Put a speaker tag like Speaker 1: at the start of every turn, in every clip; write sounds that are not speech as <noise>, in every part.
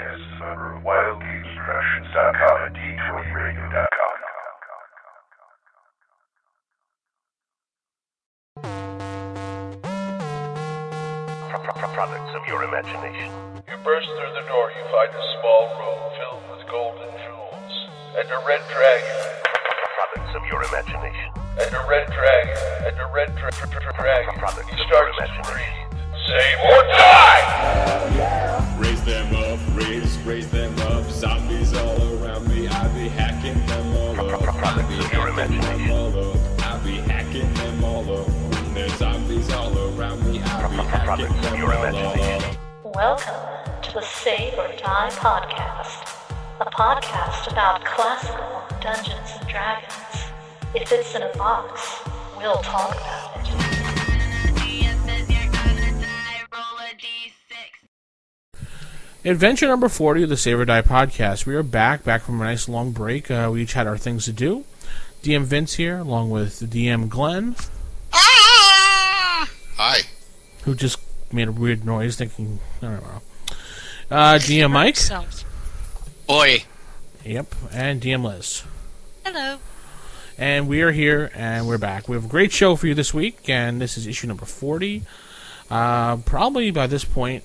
Speaker 1: uh, wildgamesproductions.com and d20radio.com.
Speaker 2: Products of your imagination.
Speaker 3: You burst through the door, you find a small room filled with golden jewels, and a red dragon,
Speaker 2: Products of your imagination.
Speaker 3: and a red dragon, and a red dra- dra- dra- dragon.
Speaker 2: Products
Speaker 3: He
Speaker 2: of your
Speaker 3: starts to
Speaker 2: imagination.
Speaker 3: breathe. Save or die!
Speaker 4: Raise them up, raise, raise them up. Zombies all around me. I be hacking them all up. I be
Speaker 2: Your
Speaker 4: hacking them
Speaker 2: imagination.
Speaker 4: all up. I be hacking them all up. There's zombies all around me. I be hacking them
Speaker 2: Your
Speaker 4: all
Speaker 2: imagination.
Speaker 4: up.
Speaker 5: Welcome to the Save or Die podcast, a podcast about classical Dungeons and Dragons. If it's in a box, we'll talk about it.
Speaker 6: Adventure number 40 of the Save or Die podcast. We are back, back from a nice long break. Uh, we each had our things to do. DM Vince here, along with DM Glenn,
Speaker 7: Ah! Hi.
Speaker 6: who just made a weird noise thinking, I don't know. Uh, DM Mike.
Speaker 8: Sounds.
Speaker 7: Oi.
Speaker 6: Yep. And DM Liz.
Speaker 8: Hello.
Speaker 6: And we are here, and we're back. We have a great show for you this week, and this is issue number 40. Uh, probably by this point,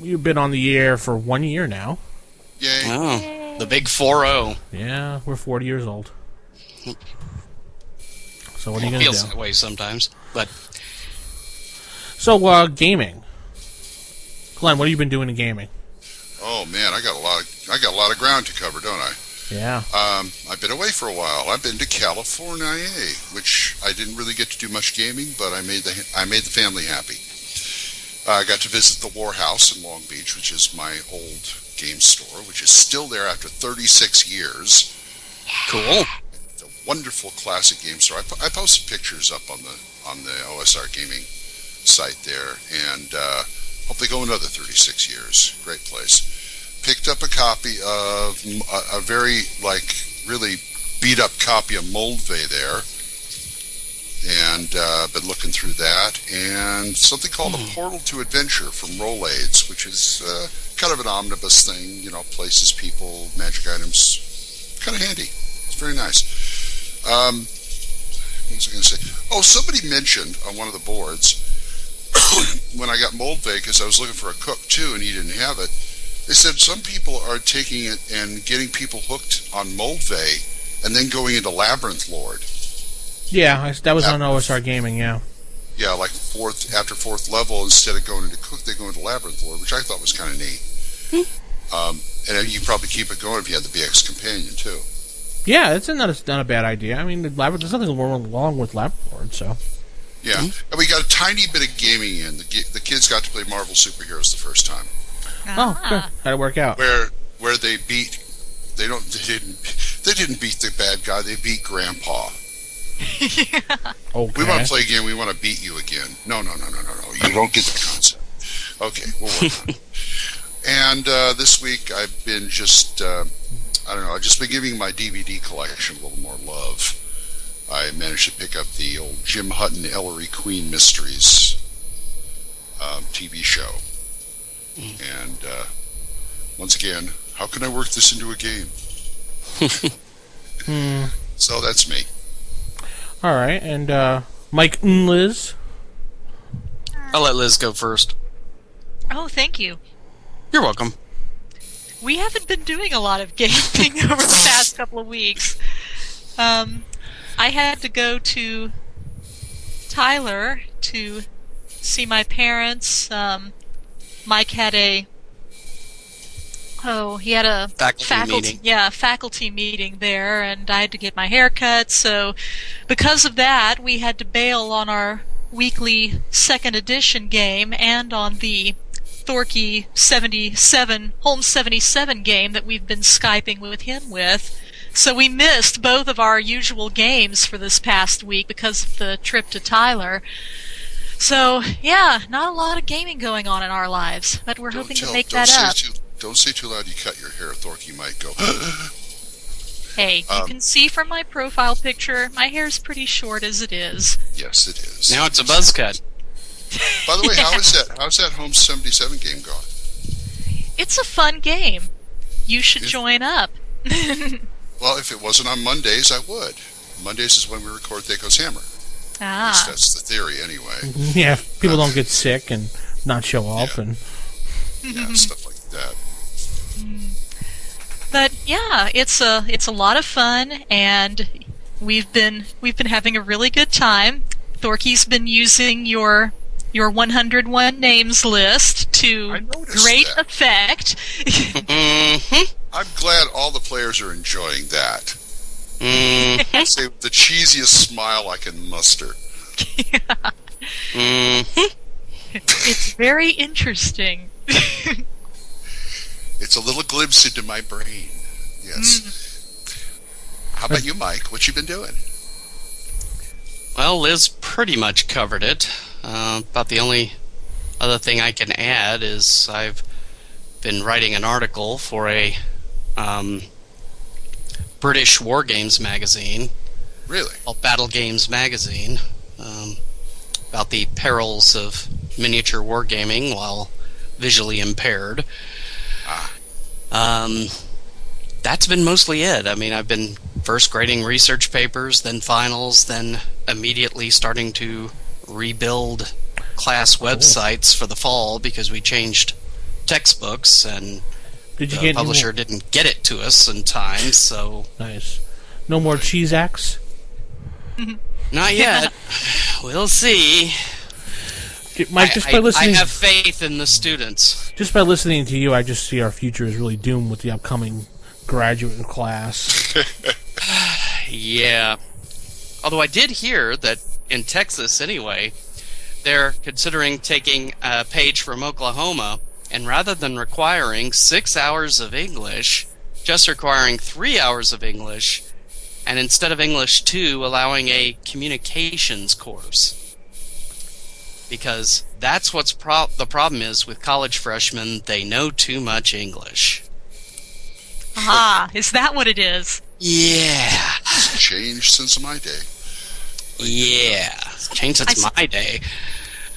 Speaker 6: you've been on the air for one year now.
Speaker 7: Yay.
Speaker 9: Oh,
Speaker 7: The big 4 0.
Speaker 6: Yeah, we're 40 years old. So what are you going to do?
Speaker 9: feels that way sometimes. But
Speaker 6: So, uh, gaming. Glenn, what have you been doing in gaming?
Speaker 7: Oh man, I got a lot of I got a lot of ground to cover, don't I?
Speaker 6: Yeah.
Speaker 7: Um, I've been away for a while. I've been to California, which I didn't really get to do much gaming, but I made the I made the family happy. I got to visit the War House in Long Beach, which is my old game store, which is still there after 36 years.
Speaker 9: cool.
Speaker 7: the wonderful classic game store. I, po- I posted pictures up on the on the OSR gaming site there, and uh, hope they go another 36 years. Great place. Picked up a copy of m- a, a very like really beat up copy of Moldve there, and uh, been looking through that, and something called a Portal to Adventure from Rolades, which is uh, kind of an omnibus thing. You know, places, people, magic items. Kind of handy. It's very nice. Um, what was I going to say? Oh, somebody mentioned on one of the boards <coughs> when I got Moldvay because I was looking for a cook too, and he didn't have it. They said some people are taking it and getting people hooked on Moldvay and then going into Labyrinth Lord.
Speaker 6: Yeah, I, that was
Speaker 9: Uh,
Speaker 6: on OSR Gaming, yeah.
Speaker 7: Yeah, like fourth after fourth level, instead of going into cook, they go into Labyrinth Lord, which I thought was kind of neat. um, and you could probably keep it going if you had the BX companion too.
Speaker 6: Yeah, it's not a, not a bad idea. I mean, the lab, there's nothing wrong wrong with Labrador, so.
Speaker 7: Yeah, and we got a tiny bit of gaming in. The, ki- the kids got to play Marvel superheroes the first time,
Speaker 6: Oh, good. How'd it work out?
Speaker 7: where where they beat they don't they didn't they didn't beat the bad guy. They beat Grandpa. We want
Speaker 6: Okay.
Speaker 7: to play again. We want to beat you again. No, no, no, no, no, no. You don't get the concept. Okay, we'll work on it. And uh, this week I've been just uh, I don't know. I've just been giving my DVD collection a little more love. I managed to pick up the old Jim Hutton Ellery Queen Mysteries um, TV show. And uh, once again, how can I work this into a game? <laughs> So that's me.
Speaker 6: All right, and uh, Mike and Liz.
Speaker 9: I'll let Liz go first.
Speaker 8: Oh, thank you.
Speaker 9: You're welcome.
Speaker 8: We haven't been doing a lot of gaming <laughs> over the past couple of weeks. Um, I had to go to Tyler to see my parents. Um, Mike had a oh, he had a
Speaker 9: Faculty meeting.
Speaker 8: yeah faculty meeting there, and I had to get my hair cut. So because of that, we had to bail on our weekly second edition game and on the Thorkey 77, Home 77 game that we've been Skyping with him with. So we missed both of our usual games for this past week because of the trip to Tyler. So, yeah, not a lot of gaming going on in our lives, but we're hoping to make
Speaker 7: don't
Speaker 8: that
Speaker 7: say
Speaker 8: up.
Speaker 7: Too, don't say too loud. You cut your hair, Thorky might go. <gasps>
Speaker 8: Hey, you
Speaker 7: Um,
Speaker 8: can see from my profile picture, my hair's pretty short as it is.
Speaker 7: yes, it is.
Speaker 9: Now it's a buzz cut.
Speaker 7: By the way, how is that? How's that Home Seventy Seven game going?
Speaker 8: It's a fun game. You should
Speaker 7: Is-
Speaker 8: join up. <laughs>
Speaker 7: Well, if it wasn't on Mondays, I would. Mondays is when we record Thaco's Hammer. At least
Speaker 8: Ah,
Speaker 7: that's the theory, anyway.
Speaker 6: <laughs> Yeah, people don't get sick and not show up, and
Speaker 8: Mm-hmm.
Speaker 7: Yeah, stuff like that.
Speaker 8: but yeah, it's a it's a lot of fun, and we've been we've been having a really good time. Thorky's been using your your 101 names list to
Speaker 7: I noticed
Speaker 8: great
Speaker 7: that.
Speaker 8: effect. <laughs>
Speaker 7: <laughs>
Speaker 9: Mm-hmm.
Speaker 7: I'm glad all the players are enjoying that.
Speaker 9: Mm,
Speaker 7: Say the cheesiest smile I can muster.
Speaker 9: mm,
Speaker 8: it's very interesting. <laughs>
Speaker 7: It's a little glimpse into my brain.
Speaker 8: Mm.
Speaker 7: Yes. How about you, Mike? What you been doing?
Speaker 9: well, Liz pretty much covered it. Uh, about the only other thing I can add is I've been writing an article for a um, British War Games magazine
Speaker 7: Really?
Speaker 9: called Battle Games magazine um, about the perils of miniature wargaming while visually impaired. Um, that's been mostly it. I mean, I've been first grading research papers, then finals, then immediately starting to rebuild class websites for the fall because we changed textbooks and
Speaker 6: did you
Speaker 9: the
Speaker 6: get any
Speaker 9: publisher didn't get it to us in time, so
Speaker 6: more- Nice. No more cheese acts.
Speaker 9: not yet. we'll see.
Speaker 6: Mike, just by listening,
Speaker 9: have faith in the students.
Speaker 6: just by listening to you, I just see our future is really doomed with the upcoming graduate class.
Speaker 9: Yeah. Although I did hear that in Texas, anyway, they're considering taking a page from Oklahoma, and rather than requiring six hours of English, just requiring three hours of English, and instead of English two, allowing a communications course. Because that's what's pro- the problem is with college freshmen, they know too much English.
Speaker 8: Ah, is that what it is?
Speaker 9: Yeah.
Speaker 7: It's changed since my day.
Speaker 9: Yeah. Change since
Speaker 8: I s-
Speaker 9: my day.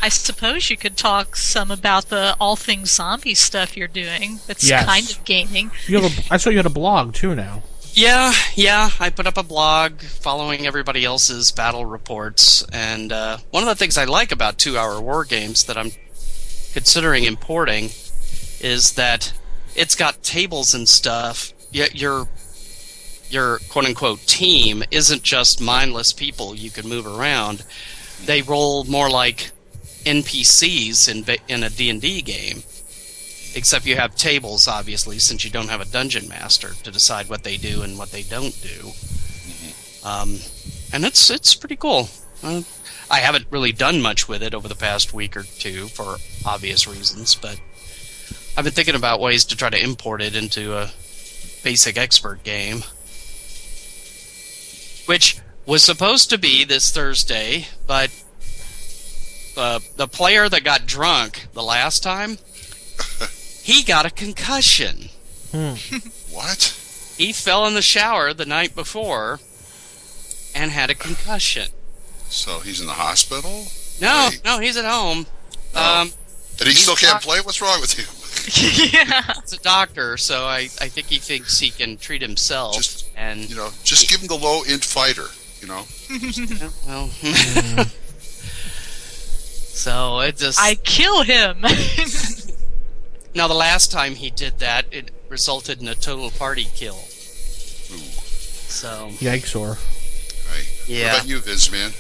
Speaker 8: I suppose you could talk some about the all things zombie stuff you're doing. That's
Speaker 6: Yes.
Speaker 8: kind of gaming.
Speaker 6: You have a, I saw you had a blog too now.
Speaker 9: Yeah, yeah. I put up a blog following everybody else's battle reports, and uh, one of the things I like about two-hour war games that I'm considering importing is that it's got tables and stuff. Yet your your quote-unquote team isn't just mindless people you can move around. They roll more like NPCs in ba- in a D&D game except you have tables obviously since you don't have a dungeon master to decide what they do and what they don't do um, and it's it's pretty cool uh, i haven't really done much with it over the past week or two for obvious reasons but i've been thinking about ways to try to import it into a basic expert game which was supposed to be this thursday but uh, the player that got drunk the last time he got a concussion.
Speaker 7: What?
Speaker 9: He fell in the shower the night before and had a concussion.
Speaker 7: So he's in the hospital?
Speaker 9: No,
Speaker 7: Right.
Speaker 9: no, he's at home.
Speaker 7: Oh.
Speaker 9: Um,
Speaker 7: And he
Speaker 9: He's
Speaker 7: still can't
Speaker 9: not-
Speaker 7: play? What's wrong with him?
Speaker 8: yeah.
Speaker 9: he's a doctor, so I, I think he thinks he can treat himself.
Speaker 7: Just-
Speaker 9: and
Speaker 7: <laughs> You know, just give him the low end fighter, you know?
Speaker 9: well, <laughs> so it just
Speaker 8: I kill him. <laughs>
Speaker 9: now the last time he did that, it resulted in a total party kill. So
Speaker 6: Yikes! Or
Speaker 7: Right. What
Speaker 9: yeah,
Speaker 7: about you, Vince, man?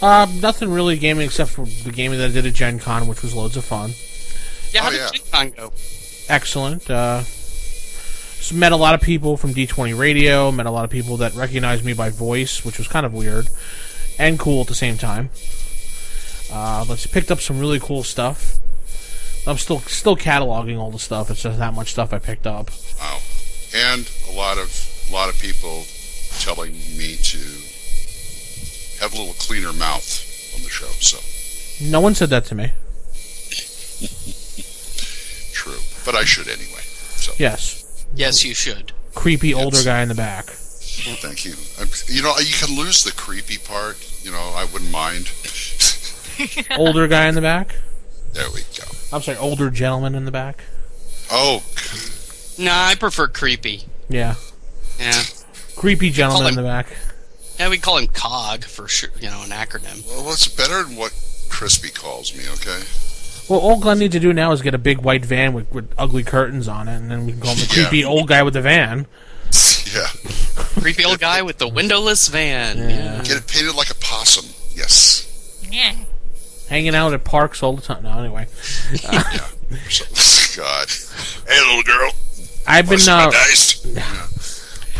Speaker 6: um, nothing really gaming except for the gaming that I did at Gen Con, which was loads of fun.
Speaker 9: yeah. How
Speaker 7: Oh,
Speaker 9: did
Speaker 7: yeah.
Speaker 9: Gen Con go?
Speaker 6: excellent. Uh, s- met a lot of people from D20 Radio. Met a lot of people that recognized me by voice, which was kind of weird and cool at the same time. Uh, let's picked up some really cool stuff. I'm still still cataloging all the stuff. It's just that much stuff I picked up.
Speaker 7: Wow. And a lot of a lot of people telling me to have a little cleaner mouth on the show. So
Speaker 6: No one said that to me.
Speaker 7: true, but I should anyway. So
Speaker 6: Yes,
Speaker 9: Yes, you should.
Speaker 6: creepy older guy in the back.
Speaker 7: thank you. I'm, you know, you can lose the creepy part. You know, I wouldn't mind. <laughs>
Speaker 6: Older guy in the back.
Speaker 7: there we go.
Speaker 6: I'm sorry, older gentleman in the back.
Speaker 7: Oh,
Speaker 10: Nah, I prefer creepy.
Speaker 5: Yeah.
Speaker 10: Yeah.
Speaker 5: Creepy gentleman
Speaker 10: Call
Speaker 5: in the
Speaker 10: him-
Speaker 5: back.
Speaker 10: Yeah, we call him COG for sure, you know, an acronym.
Speaker 7: Well, it's better than what Crispy calls me, okay? <laughs>
Speaker 5: Well, all Glenn needs to do now is get a big white van with, with ugly curtains on it, and then we can call him the
Speaker 7: Yeah.
Speaker 5: creepy old guy with the van.
Speaker 7: Yeah.
Speaker 10: Creepy old guy with the windowless van. Yeah.
Speaker 7: Get it painted like a possum. Yes.
Speaker 8: Yeah.
Speaker 5: Hanging out at parks all the time. No, anyway.
Speaker 7: Or something. God. Hey, little girl.
Speaker 5: I've
Speaker 7: Been,
Speaker 5: been uh,
Speaker 7: nice. Yeah.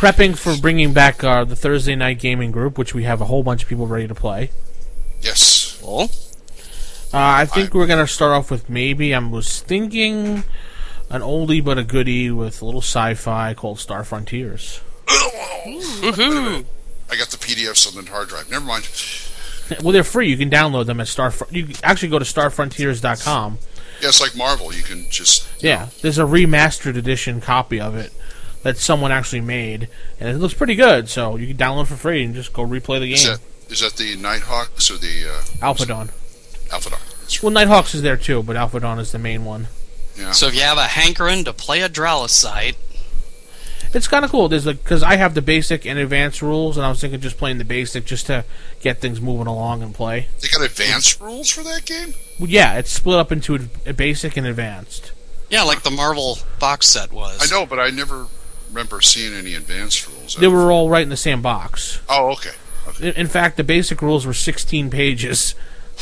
Speaker 5: prepping for bringing back uh, the Thursday night gaming group, which we have a whole bunch of people ready to play.
Speaker 7: Yes.
Speaker 10: Cool.
Speaker 5: Uh, I think we're gonna start off with maybe I was thinking an oldie but a goodie with a little sci-fi called Star Frontiers.
Speaker 10: Woohoo!
Speaker 7: I got the PDFs on the hard drive. Never mind.
Speaker 5: Well, they're free. You can download them at Star. Fron- You can actually go to starfrontiers.com.
Speaker 7: Yeah, it's like Marvel. You can just.
Speaker 5: Yeah, there's a remastered edition copy of it that someone actually made, and it looks pretty good. So you can download for free and just go replay the
Speaker 7: Is
Speaker 5: game.
Speaker 7: that, is that the Nighthawks or the uh,
Speaker 5: Alpha Dawn.
Speaker 7: Alpha Dog? That's right.
Speaker 5: Well, Nighthawks is there too, but Alpha Dawn is the main one.
Speaker 7: Yeah.
Speaker 10: So if you have a hankering to play a Drowlosite,
Speaker 5: It's kind of cool. There's like because I have the basic and advanced rules, and I was thinking just playing the basic just to get things moving along and play.
Speaker 7: they got advanced rules for that game?
Speaker 5: Well, yeah, it's split up into ad- a basic and advanced.
Speaker 10: yeah, like the Marvel box set was.
Speaker 7: I know, but I never remember seeing any advanced rules.
Speaker 5: They were all right in the same box.
Speaker 7: Oh, okay. okay.
Speaker 5: In in fact, the basic rules were 16 pages,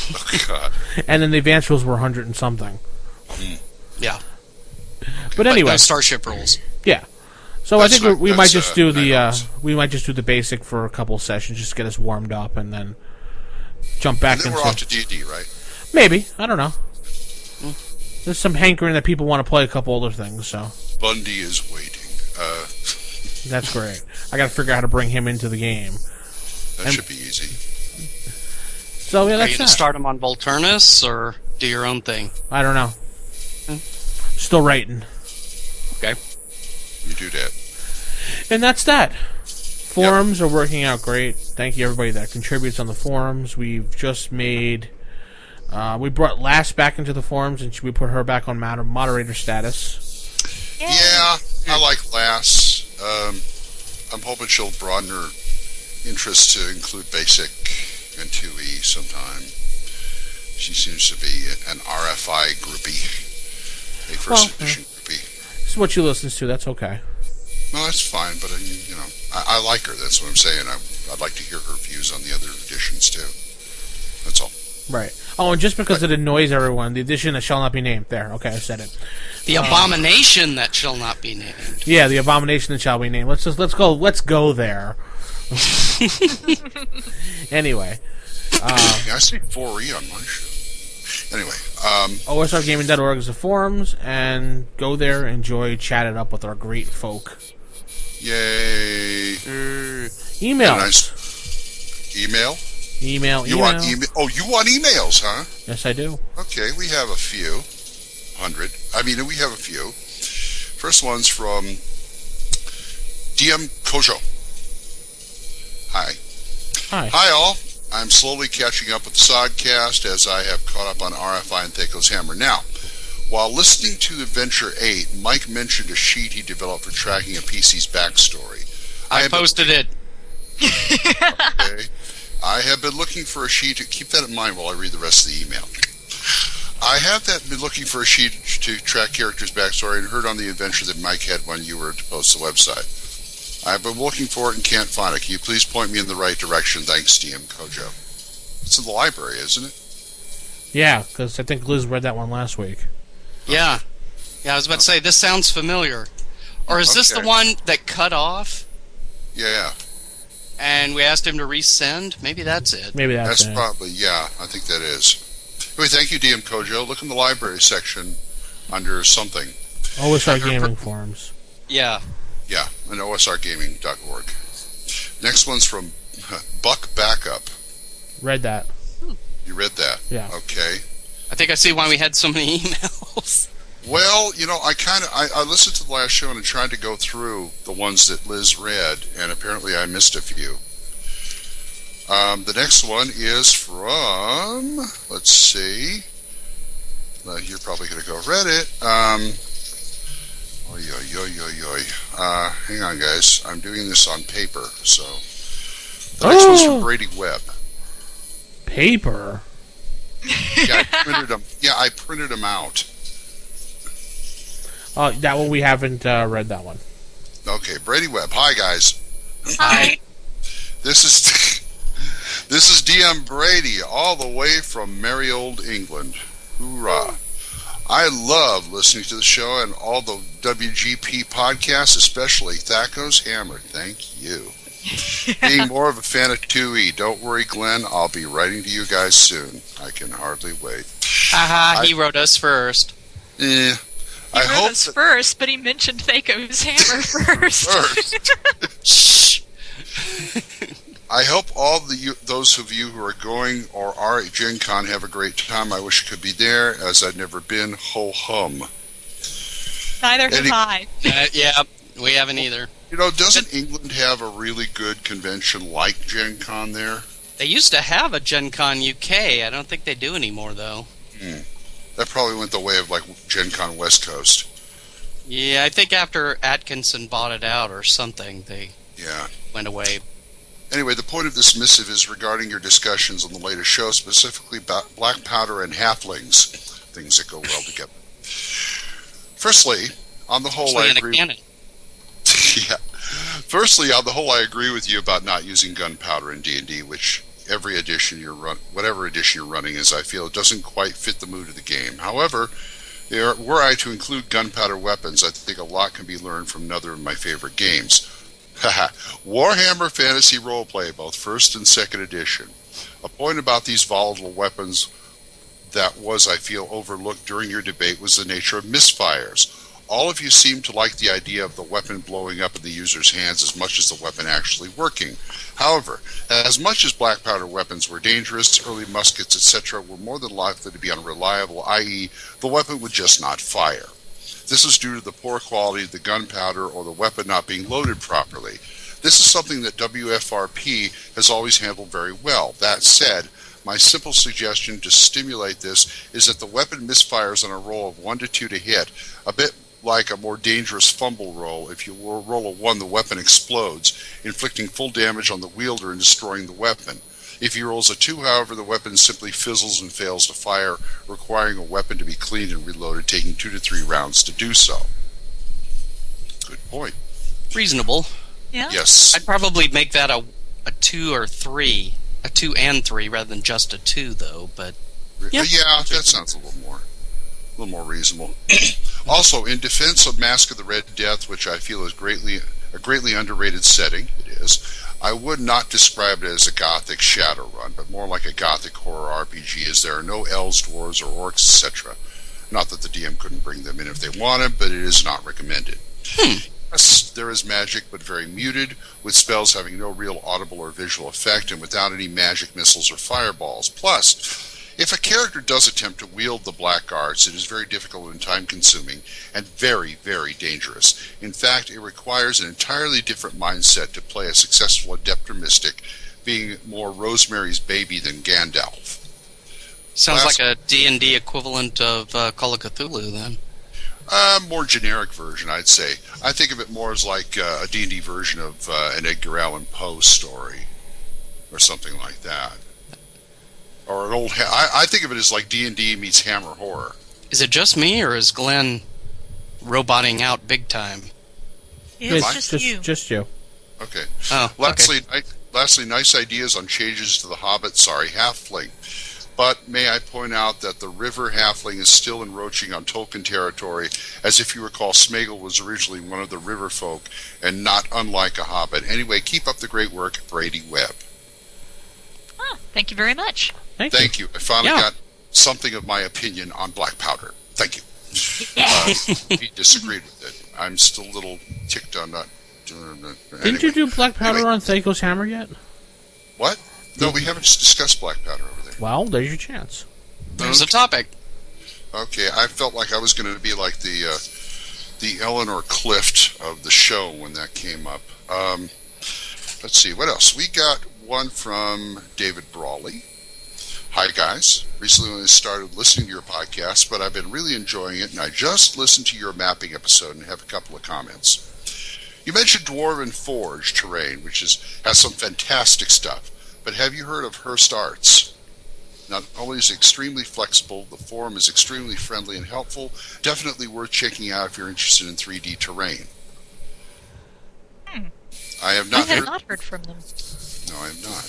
Speaker 5: <laughs>
Speaker 7: Oh, God.
Speaker 5: and then the advanced rules were 100 and something.
Speaker 7: Mm.
Speaker 10: Yeah.
Speaker 5: But
Speaker 10: But
Speaker 5: anyway,
Speaker 10: no Starship rules.
Speaker 5: yeah. So I
Speaker 7: That's
Speaker 5: think we-
Speaker 7: not-
Speaker 5: we might
Speaker 7: that's,
Speaker 5: just
Speaker 7: uh,
Speaker 5: do the uh,
Speaker 7: Nighthawks.
Speaker 5: we might just do the basic for a couple sessions, just to get us warmed up, and then jump back
Speaker 7: And then
Speaker 5: into
Speaker 7: we're off Hmm. to D&D, right?
Speaker 5: Maybe. I don't know. There's some hankering that people want to play a couple other things, so
Speaker 7: Bundy is waiting. Uh,
Speaker 5: that's great. I gotta figure out how to bring him into the game.
Speaker 7: that
Speaker 5: And-
Speaker 7: should be easy.
Speaker 5: So
Speaker 10: Are
Speaker 5: yeah,
Speaker 10: you
Speaker 5: that's
Speaker 10: going
Speaker 5: that.
Speaker 10: to start them on Volturnus or do your own thing?
Speaker 5: I don't know.
Speaker 7: Hmm.
Speaker 5: Still writing.
Speaker 10: Okay.
Speaker 7: You do that.
Speaker 5: And that's that. Forums are working out great. Thank you everybody that contributes on the forums. We've just made uh, we brought Lass back into the forums and we put her back on moder- moderator status.
Speaker 7: Yeah, I like Lass. Um, I'm hoping she'll broaden her interests to include basic and 2E sometime. She seems to be an RFI groupie, a first
Speaker 5: Well,
Speaker 7: edition groupie.
Speaker 5: This is what she listens to. That's okay.
Speaker 7: No, that's fine, but I, you know, I, I like her. That's what I'm saying. I, I'd like to hear her views on the other editions too. That's all.
Speaker 5: Right. Oh, and just because it annoys everyone, the edition that shall not be named. There. Okay, I said it.
Speaker 10: The abomination that shall not be named.
Speaker 5: Yeah, the abomination that shall be named. Let's just let's go let's go there. anyway,
Speaker 7: yeah, I see 4E on my show. Anyway, um,
Speaker 5: OSRGaming.org is the forums, and go there, enjoy, chat it up with our great folk.
Speaker 7: yay.
Speaker 5: Email,
Speaker 7: Nice. Email?
Speaker 5: email,
Speaker 7: You
Speaker 5: email.
Speaker 7: want email? Oh, you want emails, huh?
Speaker 5: yes, I do.
Speaker 7: Okay, we have a few hundred. I mean, we have a few. First one's from DM Kojo. Hi.
Speaker 5: Hi.
Speaker 7: Hi, all. I'm slowly catching up with the Sodcast as I have caught up on RFI and Thaco's Hammer. Now, while listening to Adventure 8, Mike mentioned a sheet he developed for tracking a PC's backstory. I,
Speaker 10: I
Speaker 7: have been-
Speaker 10: posted it.
Speaker 7: Okay. I have been looking for a sheet. Keep that in mind while I read the rest of the email. I have that been looking for a sheet to track characters' backstory and heard on the adventure that Mike had when you were to post the website. I have been looking for it and can't find it. Can you please point me in the right direction? Thanks, DM Kojo. It's in the library, isn't it?
Speaker 5: Yeah, because I think Liz read that one last week.
Speaker 10: Yeah. Yeah, I was about to say, this sounds familiar. Or is this the
Speaker 7: Okay.
Speaker 10: one that cut off
Speaker 7: Yeah,
Speaker 10: and we asked him to resend? Maybe that's it.
Speaker 5: Maybe that's,
Speaker 7: that's
Speaker 5: it.
Speaker 7: probably yeah. I think that is. Anyway, thank you, DM Kojo. Look in the library section under something.
Speaker 5: OSR Oh, Gaming forums.
Speaker 10: Yeah.
Speaker 7: Yeah, and osrgaming.org. Next one's from <laughs> Buck Backup.
Speaker 5: Read that.
Speaker 7: You read that?
Speaker 5: Yeah.
Speaker 7: Okay.
Speaker 10: I think I see why we had so many <laughs> emails.
Speaker 7: Well, you know, I kind of I, I listened to the last show and I tried to go through the ones that Liz read, and apparently I missed a few. Um, the next one is from let's see, uh, you're probably going to go Reddit. Um, Oy, oy, oy, oy, oy. Uh, hang on, guys. I'm doing this on paper, so. The next one's
Speaker 5: Oh.
Speaker 7: from Brady Webb.
Speaker 5: Paper.
Speaker 7: Yeah, I printed them. Yeah, I printed 'em out.
Speaker 5: Uh, that one we haven't uh, read. That one.
Speaker 7: Okay, Brady Webb. Hi, guys.
Speaker 8: Hi.
Speaker 7: This is this is <laughs> DM Brady, all the way from merry old England. Hoorah! I love listening to the show and all the WGP podcasts, especially Thacko's Hammer. Thank you. Being more of a fan of 2E, don't worry, Glenn. I'll be writing to you guys soon. I can hardly wait.
Speaker 10: Haha, he wrote us first.
Speaker 7: Eh,
Speaker 8: He
Speaker 7: I
Speaker 8: wrote
Speaker 7: hope
Speaker 8: us
Speaker 7: that
Speaker 8: first, but he mentioned
Speaker 7: <laughs>
Speaker 8: Thaco's hammer first.
Speaker 7: first.
Speaker 10: Shh.
Speaker 7: I hope all the you, those of you who are going or are at Gen Con have a great time. I wish I could be there, as I've never been. Ho hum.
Speaker 8: <laughs> Neither have
Speaker 7: Any-
Speaker 8: I.
Speaker 10: Uh,
Speaker 7: <laughs>
Speaker 10: yeah, we haven't either.
Speaker 7: You know, doesn't England have a really good convention like Gen Con there?
Speaker 10: They used to have a Gen Con UK. I don't think they do anymore, though.
Speaker 7: That probably went the way of like Gen Con West Coast.
Speaker 10: Yeah, I think after Atkinson bought it out or something, they
Speaker 7: Yeah.
Speaker 10: went away.
Speaker 7: Anyway, the point of this missive is regarding your discussions on the latest show, specifically about black powder and halflings, things that go well together. Firstly, on the whole, Oh, I
Speaker 10: Actually, in a
Speaker 7: agree.
Speaker 10: cannon.
Speaker 7: <laughs> yeah. Firstly, on the whole, I agree with you about not using gunpowder in D and D, which every edition you're run, whatever edition you're running is, I feel it doesn't quite fit the mood of the game. However, there, were I to include gunpowder weapons, I think a lot can be learned from another of my favorite games. <laughs> Haha. Warhammer Fantasy Roleplay, both first and second edition. A point about these volatile weapons that was, I feel, overlooked during your debate was the nature of misfires all of you seem to like the idea of the weapon blowing up in the user's hands as much as the weapon actually working. However, as much as black powder weapons were dangerous, early muskets, etc., were more than likely to be unreliable, i.e., the weapon would just not fire. This is due to the poor quality of the gunpowder or the weapon not being loaded properly. This is something that WFRP has always handled very well. That said, my simple suggestion to stimulate this is that the weapon misfires on a roll of 1 to 2 to hit, a bit like a more dangerous fumble roll. If you ro- roll a 1, the weapon explodes, inflicting full damage on the wielder and destroying the weapon. If he rolls a 2, however, the weapon simply fizzles and fails to fire, requiring a weapon to be cleaned and reloaded, taking 2 to 3 rounds to do so. Good point.
Speaker 10: Reasonable.
Speaker 8: Yeah.
Speaker 7: Yes.
Speaker 10: I'd probably make that a a two or three, a two and three rather than just a two, though. But
Speaker 7: Yeah, that sounds a little more, a little more reasonable. <clears throat> also, in defense of Mask of the Red Death, which I feel is greatly a greatly underrated setting, it is. I would not describe it as a gothic Shadowrun, but more like a gothic horror RPG, as there are no elves, dwarves, or orcs, etc. Not that the DM couldn't bring them in if they wanted, but it is not recommended. Yes, there is magic, but very muted, with spells having no real audible or visual effect, and without any magic missiles or fireballs. Plus, if a character does attempt to wield the black arts, it is very difficult and time consuming, and very, very dangerous. In fact, it requires an entirely different mindset to play a successful adept or mystic, being more Rosemary's baby than Gandalf.
Speaker 10: sounds
Speaker 7: Last-
Speaker 10: like a D and D equivalent of uh, Call of Cthulhu. Then
Speaker 7: A more generic version, I'd say. I think of it more as like uh, a D&D version of uh, an Edgar Allan Poe story, or something like that. Or an old. Ha- I, I think of it as like D&D meets Hammer horror.
Speaker 10: is it just me or is Glenn roboting out big time?
Speaker 8: It's
Speaker 7: Mine?
Speaker 8: just,
Speaker 5: just
Speaker 8: you.
Speaker 5: Just you.
Speaker 7: Okay.
Speaker 10: Oh, okay.
Speaker 7: Lastly, I, lastly, nice ideas on changes to the Hobbit. Sorry, Halfling. But may I point out that the River Halfling is still encroaching on Tolkien territory, as if you recall, Smeagol was originally one of the River folk, and not unlike a Hobbit. Anyway, keep up the great work, Brady Webb.
Speaker 8: Huh, thank you very much.
Speaker 5: Thank, you.
Speaker 7: Thank you. I finally
Speaker 10: Yeah.
Speaker 7: got something of my opinion on black powder. Thank you. Uh, he disagreed with it. I'm still a little ticked on that.
Speaker 5: Didn't you do black powder
Speaker 7: Anyway.
Speaker 5: on Thaco's hammer yet?
Speaker 7: what? No, we haven't discussed black powder over there.
Speaker 5: Well, there's your chance.
Speaker 10: There's a topic.
Speaker 7: Okay, I felt like I was going to be like the uh, the Eleanor Clift of the show when that came up. Um, let's see, what else? We got one from David Brawley. Hi, guys. Recently, when I started listening to your podcast, but I've been really enjoying it, and I just listened to your mapping episode and have a couple of comments. You mentioned Dwarven Forge terrain, which is has some fantastic stuff, but have you heard of Hearst Arts? Not only is it extremely flexible, the forum is extremely friendly and helpful. Definitely worth checking out if you're interested in 3D terrain. I have
Speaker 8: I
Speaker 7: not
Speaker 8: have
Speaker 7: heard.
Speaker 8: not heard from them.
Speaker 7: No, I have not.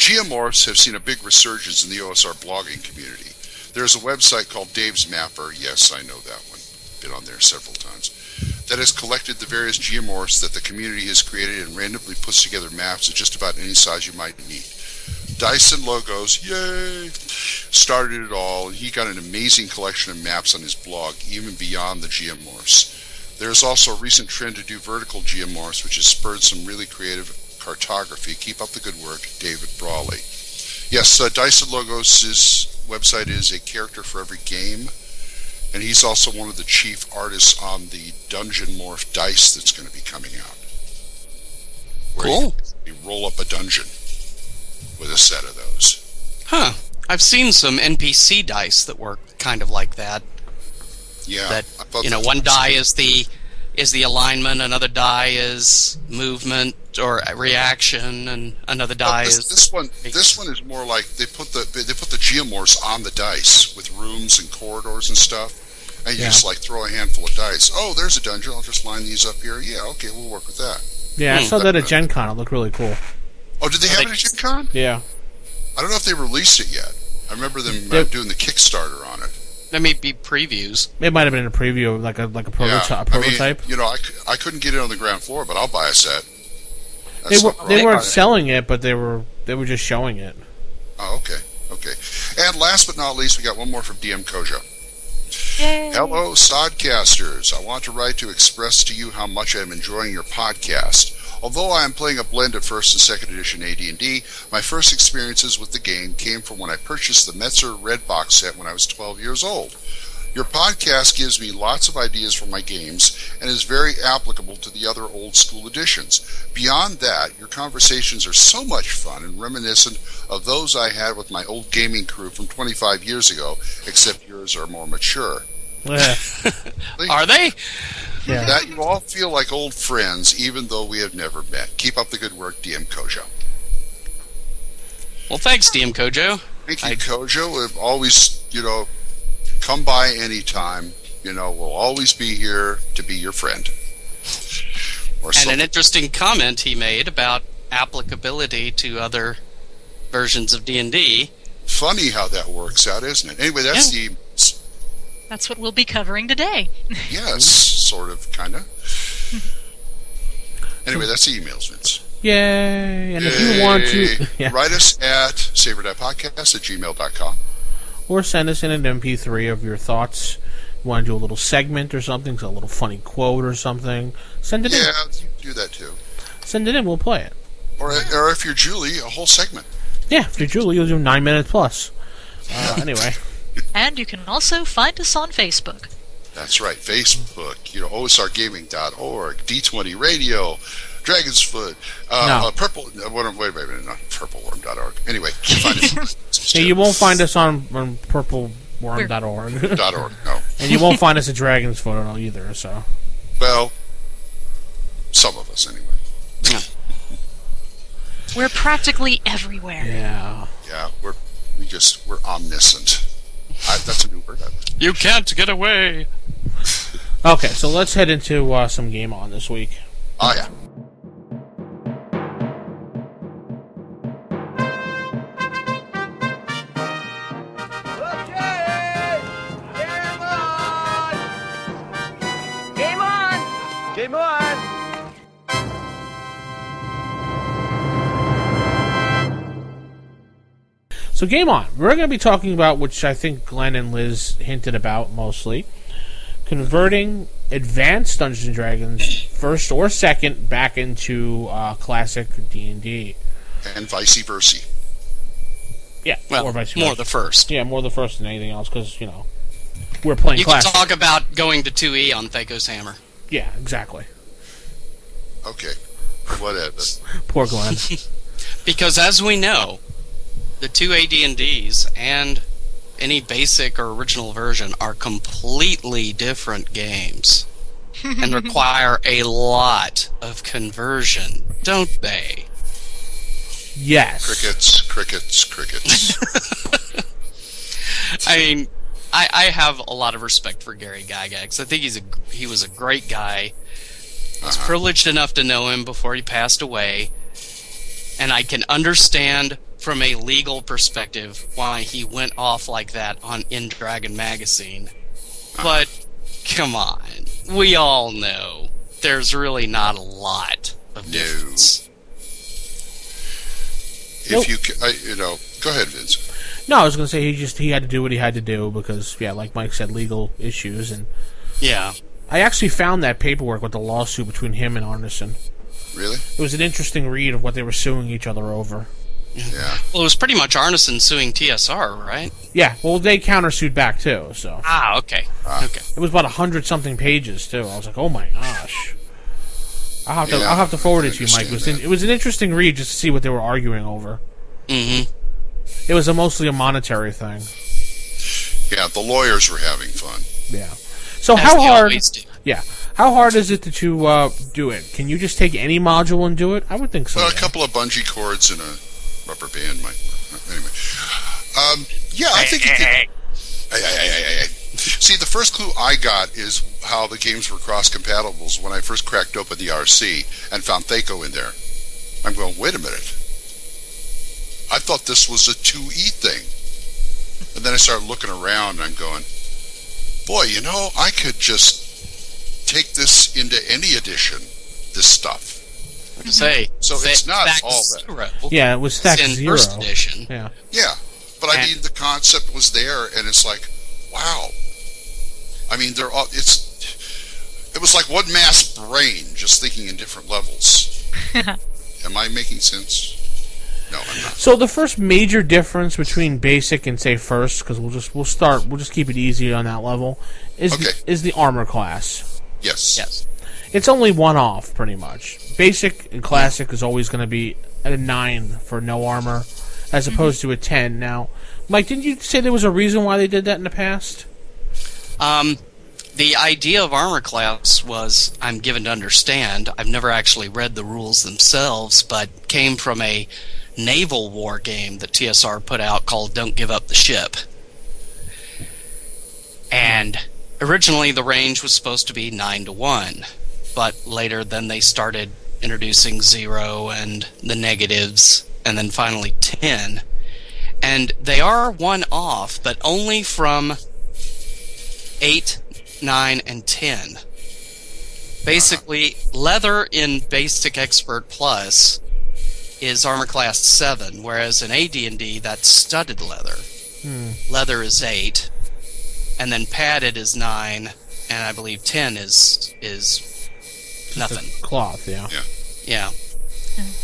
Speaker 7: Geomorphs have seen a big resurgence in the OSR blogging community. There's a website called Dave's Mapper. Yes, I know that one. Been on there several times. That has collected the various geomorphs that the community has created and randomly puts together maps of just about any size you might need. Dyson Logos, yay! Started it all, and he got an amazing collection of maps on his blog, even beyond the geomorphs. There is also a recent trend to do vertical geomorphs, which has spurred some really creative cartography. Keep up the good work, David Brawley. Yes, uh, Dyson Logos' website is a character for every game, and he's also one of the chief artists on the Dungeon Morph dice that's going to be coming out. Where you-
Speaker 10: Cool.
Speaker 7: You, roll up a dungeon with a set of those.
Speaker 10: Huh. I've seen some NPC dice that work kind of like that.
Speaker 7: Yeah,
Speaker 10: that
Speaker 7: I thought
Speaker 10: you know,
Speaker 7: that
Speaker 10: one
Speaker 7: was-
Speaker 10: die is the is the alignment, another die is movement or reaction, and another
Speaker 7: But
Speaker 10: die
Speaker 7: this,
Speaker 10: is
Speaker 7: this one. This one is more like they put the they put the geomorphs on the dice with rooms and corridors and stuff, and you
Speaker 5: Yeah.
Speaker 7: just like throw a handful of dice. Oh, there's a dungeon. I'll just line these up here. Yeah, okay, we'll work with that.
Speaker 5: Yeah, I
Speaker 10: Hmm.
Speaker 5: saw that at Gen Con. It looked really cool.
Speaker 7: Oh, did they have
Speaker 10: they-
Speaker 7: it at Gen Con?
Speaker 5: Yeah.
Speaker 7: I don't know if they released it yet. I remember them uh,
Speaker 5: They-
Speaker 7: doing the Kickstarter on it.
Speaker 10: there may be previews.
Speaker 5: It might have been in a preview, like a like a, prototy-
Speaker 7: yeah,
Speaker 5: a prototype.
Speaker 7: I mean, you know, I, c- I couldn't get it on the ground floor, but I'll buy a set.
Speaker 5: they
Speaker 7: That's
Speaker 5: were
Speaker 7: not
Speaker 5: they
Speaker 7: wrong.
Speaker 5: weren't selling it, but they were they were just showing it. <laughs>
Speaker 7: Oh, okay. Okay. And last but not least, we got one more from DM Kojo. Hello, Sodcasters. I want to write to express to you how much I am enjoying your podcast. Although I am playing a blend of first and second edition AD&D, my first experiences with the game came from when I purchased the Metzer Red Box set when I was 12 years old. Your podcast gives me lots of ideas for my games and is very applicable to the other old school editions. Beyond that, your conversations are so much fun and reminiscent of those I had with my old gaming crew from 25 years ago, except yours are more mature.
Speaker 5: Eh,
Speaker 10: Are they?
Speaker 5: yeah.
Speaker 7: That you all feel like old friends, even though we have never met. Keep up the good work, DM Kojo.
Speaker 10: Well, thanks, DM Kojo.
Speaker 7: Thank you,
Speaker 10: I-
Speaker 7: Kojo. We've Always, you know, come by anytime. You know, we'll always be here to be your friend. Or
Speaker 10: And
Speaker 7: something.
Speaker 10: an interesting comment he made about applicability to other versions of D and D.
Speaker 7: Funny how that works out, isn't it? Anyway, that's the
Speaker 8: That's what we'll be covering today.
Speaker 7: yes, sort of, kind of.
Speaker 5: Hmm.
Speaker 7: Anyway, that's the emails, Vince.
Speaker 5: Yay! And if you want to,
Speaker 7: Yay.
Speaker 5: <laughs> yeah,
Speaker 7: write us at saberdivepodcast at gmail.com.
Speaker 5: or send us in an MP3 of your thoughts. want to do a little segment or something? A little funny quote or something? Send it
Speaker 7: Yeah, you can do that too.
Speaker 5: in. Send it in. We'll play it.
Speaker 7: Or, or if you're Julie, a whole segment.
Speaker 5: Yeah, if you're Julie, you'll do nine minutes plus. Uh, anyway,
Speaker 8: And you can also find us on Facebook.
Speaker 7: That's right. Facebook, you know, osrgaming.org, D20 Radio, Dragon's Foot, uh,
Speaker 5: No.
Speaker 7: uh, Purple. No, wait, wait, wait a minute, not purpleworm.org. Anyway, you can
Speaker 5: <laughs>
Speaker 7: find us.
Speaker 5: yeah, you won't find us on, on purpleworm.org,
Speaker 7: Dot .org, no.
Speaker 5: <laughs> and you won't find us at Dragon's Photo either. So
Speaker 7: Well, some of us anyway.
Speaker 8: We're practically everywhere.
Speaker 5: yeah,
Speaker 7: Yeah, we're we just we're omniscient. I, that's a new word. I-
Speaker 10: You can't get away.
Speaker 5: okay. So let's head into uh, some game on this week.
Speaker 7: Oh yeah.
Speaker 5: So game on. We're going to be talking about which I think Glenn and Liz hinted about mostly, converting advanced Dungeons and Dragons first or second back into uh, classic D and D.
Speaker 7: And vice versa.
Speaker 5: Yeah,
Speaker 10: Well,
Speaker 5: or vice
Speaker 10: more
Speaker 5: versa.
Speaker 10: the first.
Speaker 5: yeah, more the first than anything else because you know we're playing
Speaker 10: You
Speaker 5: classic.
Speaker 10: can talk about going to 2E on Thaco's Hammer.
Speaker 5: yeah, exactly.
Speaker 7: Okay. Whatever.
Speaker 10: <laughs>
Speaker 5: Poor Glenn.
Speaker 10: Because as we know, the two AD&Ds and any basic or original version are completely different games and require a lot of conversion, don't they?
Speaker 5: Yes.
Speaker 7: Crickets, crickets, crickets.
Speaker 10: I mean, I, I have a lot of respect for Gary Gygax. I think he's a he was a great guy. I was privileged enough to know him before he passed away, and I can understand from a legal perspective why he went off like that on In Dragon magazine. But come on, we all know there's really not a lot of
Speaker 7: No.
Speaker 10: difference.
Speaker 7: if you, ca- I, you know, go ahead, Vince.
Speaker 5: No, I was going to say he just he had to do what he had to do because yeah, like Mike said, legal issues, and
Speaker 10: Yeah.
Speaker 5: I actually found that paperwork with the lawsuit between him and Arneson.
Speaker 7: Really?
Speaker 5: It was an interesting read of what they were suing each other over.
Speaker 7: Yeah.
Speaker 10: Well, it was pretty much Arneson suing TSR, right?
Speaker 5: Yeah, well, they countersued back too, so
Speaker 10: Ah, okay. okay.
Speaker 5: it was about a hundred something pages too. I was like, oh my gosh. I'll have to
Speaker 7: Yeah,
Speaker 5: I'll have to forward it to you,
Speaker 7: I
Speaker 5: Mike. It was,
Speaker 7: understand
Speaker 5: in, it was an interesting read just to see what they were arguing over.
Speaker 10: Mm-hmm.
Speaker 5: It was a mostly a monetary thing.
Speaker 7: Yeah, the lawyers were having fun.
Speaker 5: Yeah. So
Speaker 10: As
Speaker 5: how
Speaker 10: they
Speaker 5: hard?
Speaker 10: always do.
Speaker 5: Yeah. How hard is it that you uh, do it? Can you just take any module and do it? I would think so.
Speaker 7: Well, a
Speaker 5: yeah.
Speaker 7: couple of bungee cords and a rubber band might work. Anyway, um, yeah, I think you could. Hey, hey, hey, hey, hey. See, the first clue I got is how the games were cross compatibles when I first cracked open the RC and found Thaco in there. I'm going, wait a minute. I thought this was a 2E thing. And then I started looking around and I'm going, boy, you know, I could just take this into any edition, this stuff.
Speaker 10: Say
Speaker 7: So
Speaker 10: say
Speaker 7: it's not
Speaker 10: back to
Speaker 7: all that.
Speaker 10: zero.
Speaker 5: Yeah, it was stack
Speaker 10: in
Speaker 5: zero.
Speaker 10: first edition.
Speaker 5: Yeah.
Speaker 7: Yeah, but I
Speaker 10: And-
Speaker 7: mean the concept was there, and it's like, wow. I mean, they're all. It's it was like one mass brain just thinking in different levels. Am I making sense? No, I'm not.
Speaker 5: So the first major difference between basic and say first, because we'll just we'll start we'll just keep it easy on that level, is
Speaker 7: Okay.
Speaker 5: the, is the armor class.
Speaker 7: Yes.
Speaker 10: Yes.
Speaker 5: It's only one off pretty much. Basic and classic is always going to be at a nine for no armor, as
Speaker 10: Mm-hmm.
Speaker 5: opposed to a ten. Now, Mike, didn't you say there was a reason why they did that in the past?
Speaker 10: Um, the idea of armor class was I'm given to understand. I've never actually read the rules themselves, but came from a naval war game that TSR put out called "Don't Give Up the Ship." And originally, the range was supposed to be nine to one, but later then they started introducing zero and the negatives, and then finally ten. And they are one off, but only from 8, 9, and 10. Basically, leather in Basic Expert Plus is armor class 7, whereas in AD&D that's studded leather. Leather is 8, and then padded is 9, and I believe 10 is is nothing.
Speaker 5: <laughs> Cloth, yeah.
Speaker 10: Yeah.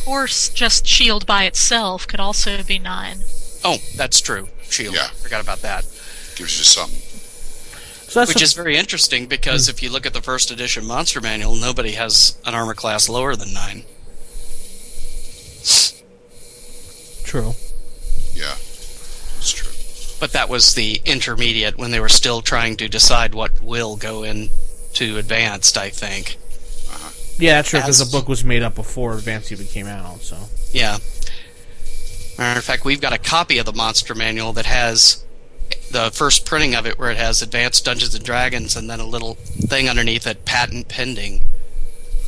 Speaker 8: Or s- just shield by itself could also be nine.
Speaker 10: Oh, that's true. Shield.
Speaker 7: Yeah.
Speaker 10: Forgot about that.
Speaker 7: Gives you something.
Speaker 5: So that's
Speaker 10: Which
Speaker 5: the-
Speaker 10: is very interesting because if you look at the first edition monster manual, nobody has an armor class lower than 9.
Speaker 5: true.
Speaker 7: Yeah, it's true.
Speaker 10: but that was the intermediate when they were still trying to decide what will go into advanced, I think.
Speaker 5: Yeah, that's true because the
Speaker 10: As-
Speaker 5: book was made up before Advanced Even came out. So
Speaker 10: Yeah. Matter of fact, we've got a copy of the Monster Manual that has the first printing of it where it has Advanced Dungeons and Dragons and then a little thing underneath it, patent pending.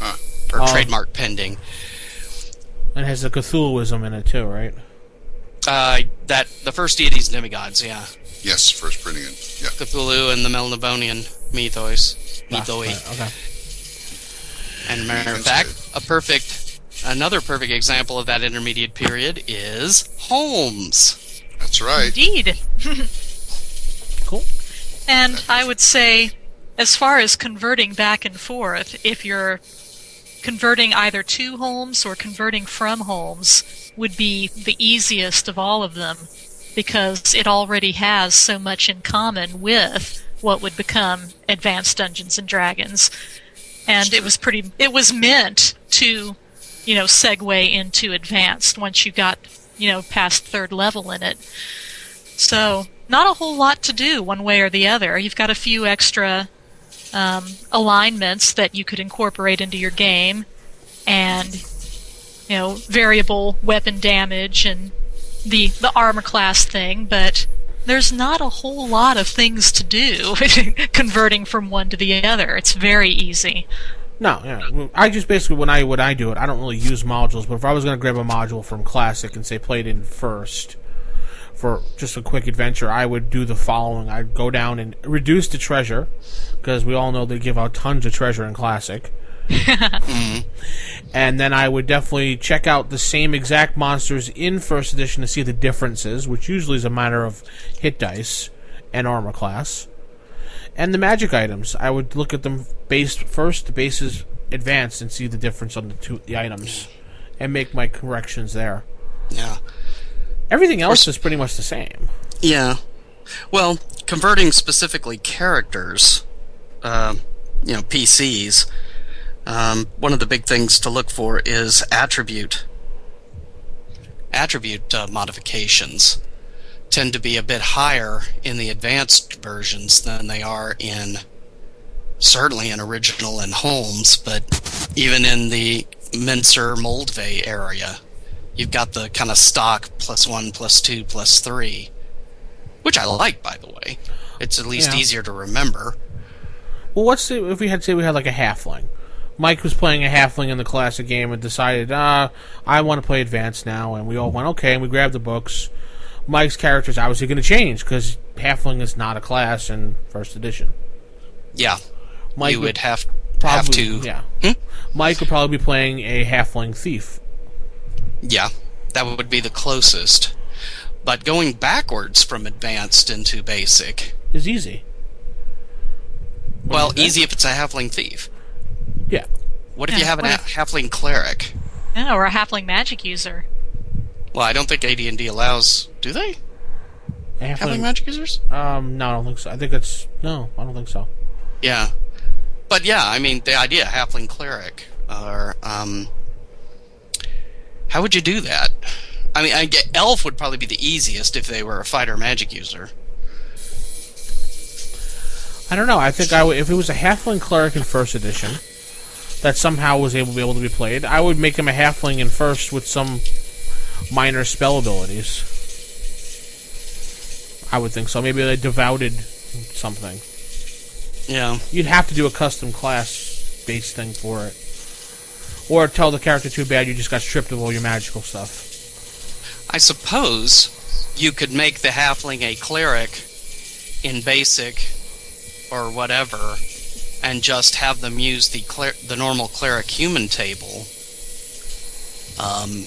Speaker 7: Huh.
Speaker 10: Or
Speaker 5: Oh.
Speaker 10: trademark pending.
Speaker 5: and it has the Cthulhuism in it too, right?
Speaker 10: Uh, that the first deities demigods, yeah.
Speaker 7: Yes, first printing. In, yeah,
Speaker 10: Cthulhu and the Melnibonian mythos.
Speaker 5: Ah,
Speaker 10: mythoi.
Speaker 5: right, okay.
Speaker 10: And matter of
Speaker 7: That's
Speaker 10: fact, a perfect, another perfect example of that intermediate period is Holmes.
Speaker 7: that's right.
Speaker 8: Indeed.
Speaker 5: Cool.
Speaker 8: And I would say, as far as converting back and forth, if you're converting either to homes or converting from homes, would be the easiest of all of them because it already has so much in common with what would become Advanced Dungeons and Dragons. And it was pretty, it was meant to, you know, segue into Advanced once you got you know, past third level in it. So, not a whole lot to do one way or the other. You've got a few extra um, alignments that you could incorporate into your game, and you know, variable weapon damage and the the armor class thing. But there's not a whole lot of things to do <laughs> converting from one to the other. It's very easy.
Speaker 5: No, yeah. I just basically when I when I do it, I don't really use modules. But if I was going to grab a module from Classic and say play it in first for just a quick adventure, I would do the following: I'd go down and reduce the treasure because we all know they give out tons of treasure in Classic. and then I would definitely check out the same exact monsters in first edition to see the differences, which usually is a matter of hit dice and armor class and the magic items. I would look at them based first, the bases advanced, and see the difference on the two the items, and make my corrections there.
Speaker 10: Yeah.
Speaker 5: Everything else is pretty much the same.
Speaker 10: Yeah. Well, converting specifically characters, uh, you know, PCs, um, one of the big things to look for is attribute. Attribute uh, modifications tend to be a bit higher in the advanced versions than they are in certainly in original and Holmes, but even in the Mincer Moldvay area, you've got the kind of stock plus one, plus two, plus three, which I like, by the way. It's at least
Speaker 5: Yeah.
Speaker 10: easier to remember.
Speaker 5: Well, what's the, if we had say we had like a halfling? Mike was playing a halfling in the classic game and decided, uh, I want to play advanced now, and we all went okay, and we grabbed the books. Mike's character's obviously going to change because halfling is not a class in first edition.
Speaker 10: Yeah,
Speaker 5: Mike
Speaker 10: you would have have
Speaker 5: probably
Speaker 10: to. Hmm?
Speaker 5: yeah. Mike would probably be playing a halfling thief.
Speaker 10: Yeah, that would be the closest. But going backwards from advanced into basic,
Speaker 5: Is easy.
Speaker 10: well, easy if it's a halfling thief.
Speaker 5: Yeah.
Speaker 10: What if
Speaker 8: Yeah,
Speaker 10: you have an
Speaker 8: what
Speaker 10: a halfling cleric?
Speaker 8: Yeah, or a halfling magic user.
Speaker 10: Well, I don't think AD&D allows. Do they?
Speaker 5: A
Speaker 10: Halfling
Speaker 5: halfling.
Speaker 10: magic users?
Speaker 5: Um, no, I don't think so. I think it's no, I don't think so.
Speaker 10: Yeah, but yeah, I mean the idea halfling cleric or um, how would you do that? I mean, I get, elf would probably be the easiest if they were a fighter magic user.
Speaker 5: I don't know. I think I would, if it was a halfling cleric in first edition that somehow was able to be able to be played, I would make him a halfling in first with some minor spell abilities. I would think so. Maybe they devouted something.
Speaker 10: Yeah,
Speaker 5: You'd have to do a custom class based thing for it. Or tell the character too bad you just got stripped of all your magical stuff.
Speaker 10: I suppose you could make the halfling a cleric in basic or whatever, and just have them use the cler- the normal cleric human table. Um,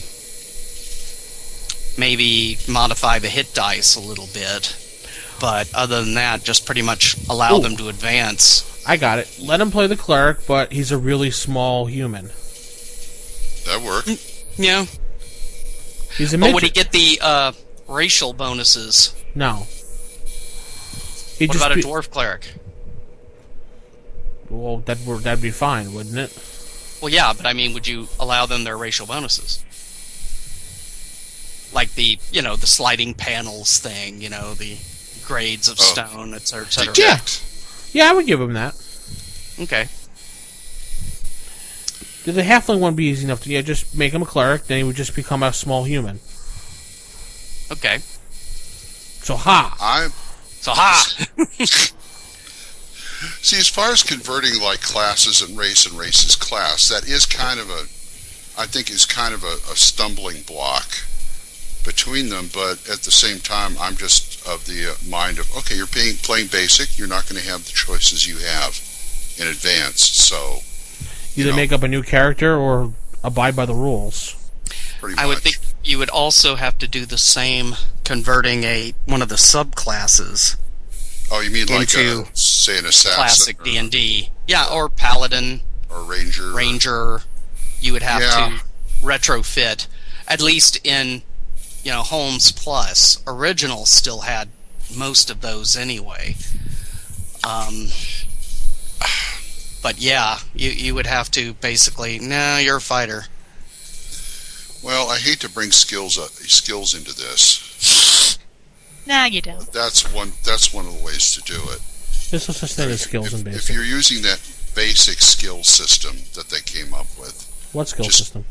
Speaker 10: maybe modify the hit dice a little bit, but other than that, just pretty much allow
Speaker 5: Ooh.
Speaker 10: them to advance.
Speaker 5: I got it. Let him play the cleric, but he's a really small human.
Speaker 7: That worked.
Speaker 10: Yeah,
Speaker 5: He's a
Speaker 10: but
Speaker 5: midget.
Speaker 10: would he get the uh, racial bonuses?
Speaker 5: No. He'd
Speaker 10: What
Speaker 5: just
Speaker 10: about a
Speaker 5: be-
Speaker 10: dwarf cleric?
Speaker 5: Well, that were that'd be fine, wouldn't it?
Speaker 10: Well, yeah, but I mean, would you allow them their racial bonuses? Like the, you know, the sliding panels thing, you know, the grades of
Speaker 7: Oh.
Speaker 10: stone, et cetera, et cetera.
Speaker 5: Yeah. Yeah, I would give him that.
Speaker 10: Okay.
Speaker 5: The the halfling one would be easy enough to yeah, just make him a cleric, then he would just become a small human.
Speaker 10: Okay.
Speaker 5: So ha.
Speaker 7: I
Speaker 10: So, ha!
Speaker 7: see as far as converting like classes and race and races class, that is kind of a, I think is kind of a, a stumbling block between them. But at the same time, I'm just of the uh, mind of okay, you're paying, playing basic. You're not going to have the choices you have in advanced. So
Speaker 5: Either
Speaker 7: No.
Speaker 5: make up a new character or abide by the rules.
Speaker 7: pretty much.
Speaker 10: I would think you would also have to do the same converting a one of the subclasses,
Speaker 7: oh, you mean like a,
Speaker 10: into
Speaker 7: say an assassin
Speaker 10: classic
Speaker 7: or,
Speaker 10: D&D. Yeah, or paladin,
Speaker 7: or ranger? or-
Speaker 10: ranger. You would have
Speaker 7: Yeah.
Speaker 10: to retrofit, at least in you know Holmes Plus. Original still had most of those anyway. Um, but yeah, you you would have to basically no, you're a fighter.
Speaker 7: Well, I hate to bring skills up, skills into this.
Speaker 8: Nah, you don't.
Speaker 7: That's one. That's one of the ways to do it.
Speaker 5: There's no such thing as skills
Speaker 7: if,
Speaker 5: and
Speaker 7: If
Speaker 5: basic.
Speaker 7: you're using that basic skill system that they came up with,
Speaker 5: What skill
Speaker 7: just-
Speaker 5: system?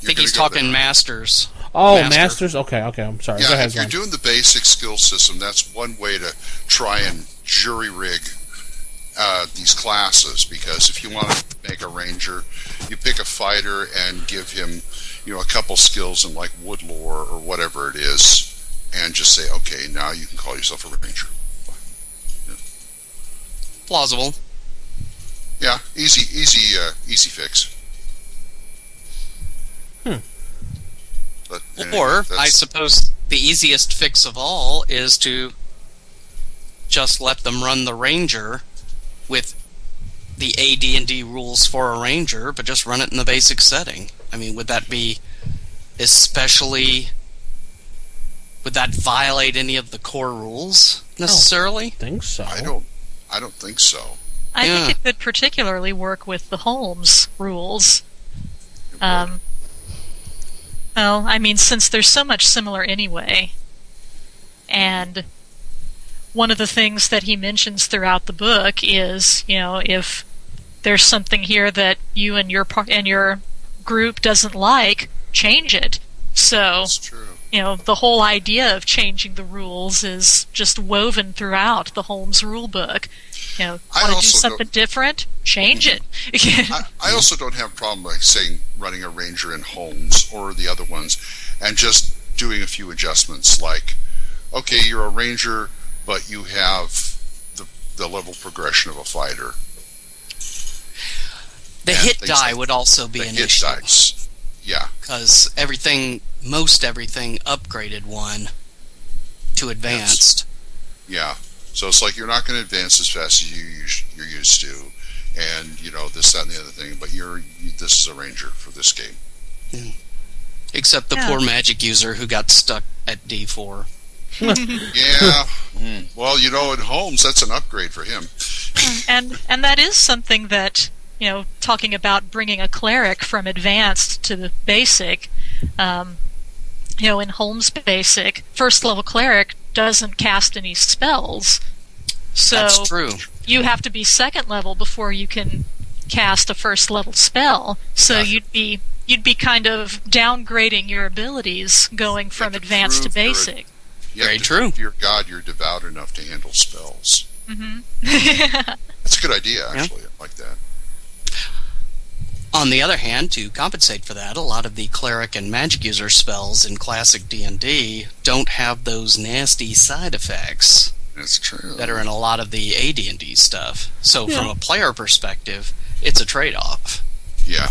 Speaker 7: you're
Speaker 10: I think
Speaker 7: gonna
Speaker 10: he's
Speaker 7: go there.
Speaker 10: talking masters.
Speaker 5: Oh,
Speaker 10: Master.
Speaker 5: masters. Okay, okay. I'm sorry. Go
Speaker 7: Yeah,
Speaker 5: ahead,
Speaker 7: if you're
Speaker 5: Ryan.
Speaker 7: doing the basic skill system, that's one way to try and jury rig uh, these classes. Because if you want to make a ranger, you pick a fighter and give him, you know, a couple skills in like wood lore or whatever it is, and just say, okay, now you can call yourself a ranger.
Speaker 10: Plausible.
Speaker 7: Yeah, easy, easy, uh, easy fix.
Speaker 5: Hmm.
Speaker 7: But,
Speaker 10: Or
Speaker 7: that's-
Speaker 10: I suppose the easiest fix of all is to just let them run the ranger with the AD&D rules for a ranger, but just run it in the basic setting. I mean, would that be especially would that violate any of the core rules
Speaker 8: Oh,
Speaker 10: necessarily?
Speaker 5: think so.
Speaker 7: I don't, I don't think so.
Speaker 8: I
Speaker 10: Yeah.
Speaker 8: think it could particularly work with the Holmes rules.
Speaker 7: It
Speaker 8: Um, well, I mean, since there's so much similar anyway, and one of the things that he mentions throughout the book is, you know, if there's something here that you and your par- and your group doesn't like, change it. So
Speaker 7: That's true.
Speaker 8: you know, the whole idea of changing the rules is just woven throughout the Holmes rule book. You know,
Speaker 7: I
Speaker 8: want to do
Speaker 7: also
Speaker 8: something different? Change it. <laughs>
Speaker 7: I, I also don't have a problem like saying running a ranger in Holmes or the other ones, and just doing a few adjustments. Like, okay, you're a ranger, but you have the the level progression of a fighter.
Speaker 10: The
Speaker 7: Yeah,
Speaker 10: hit
Speaker 7: things
Speaker 10: die
Speaker 7: like
Speaker 10: would also be
Speaker 7: the
Speaker 10: an
Speaker 7: hit
Speaker 10: issue
Speaker 7: dice. Yeah,
Speaker 10: because everything, most everything, upgraded one to advanced.
Speaker 7: yeah. So it's like you're not going to advance as fast as you us- you're used to, and you know this, that, and the other thing. But you're you, this is a ranger for this game.
Speaker 10: <laughs> Except the
Speaker 8: Yeah.
Speaker 10: poor magic user who got stuck at D4.
Speaker 7: Yeah.
Speaker 10: Hmm.
Speaker 7: Mm. Well, you know, in Holmes, that's an upgrade for him.
Speaker 8: and and that is something that you know, talking about bringing a cleric from advanced to the basic. Um, you know, in Holmes basic, first level cleric doesn't cast any spells. So
Speaker 10: That's true.
Speaker 8: you have to be second level before you can cast a first level spell. So
Speaker 7: Gotcha.
Speaker 8: you'd be you'd be kind of downgrading your abilities going from
Speaker 7: to
Speaker 8: advanced to
Speaker 7: prove you're a-
Speaker 8: basic.
Speaker 7: You have
Speaker 10: Very
Speaker 7: to-
Speaker 10: true.
Speaker 7: Dear God, you're devout enough to handle spells.
Speaker 8: hmm
Speaker 7: That's a good idea,
Speaker 10: Yeah.
Speaker 7: actually. I like that.
Speaker 10: On the other hand, to compensate for that, a lot of the cleric and magic user spells in classic D&D don't have those nasty side effects
Speaker 7: That's true.
Speaker 10: that are in a lot of the AD&D stuff. So from a player perspective, it's a trade-off.
Speaker 7: Yeah.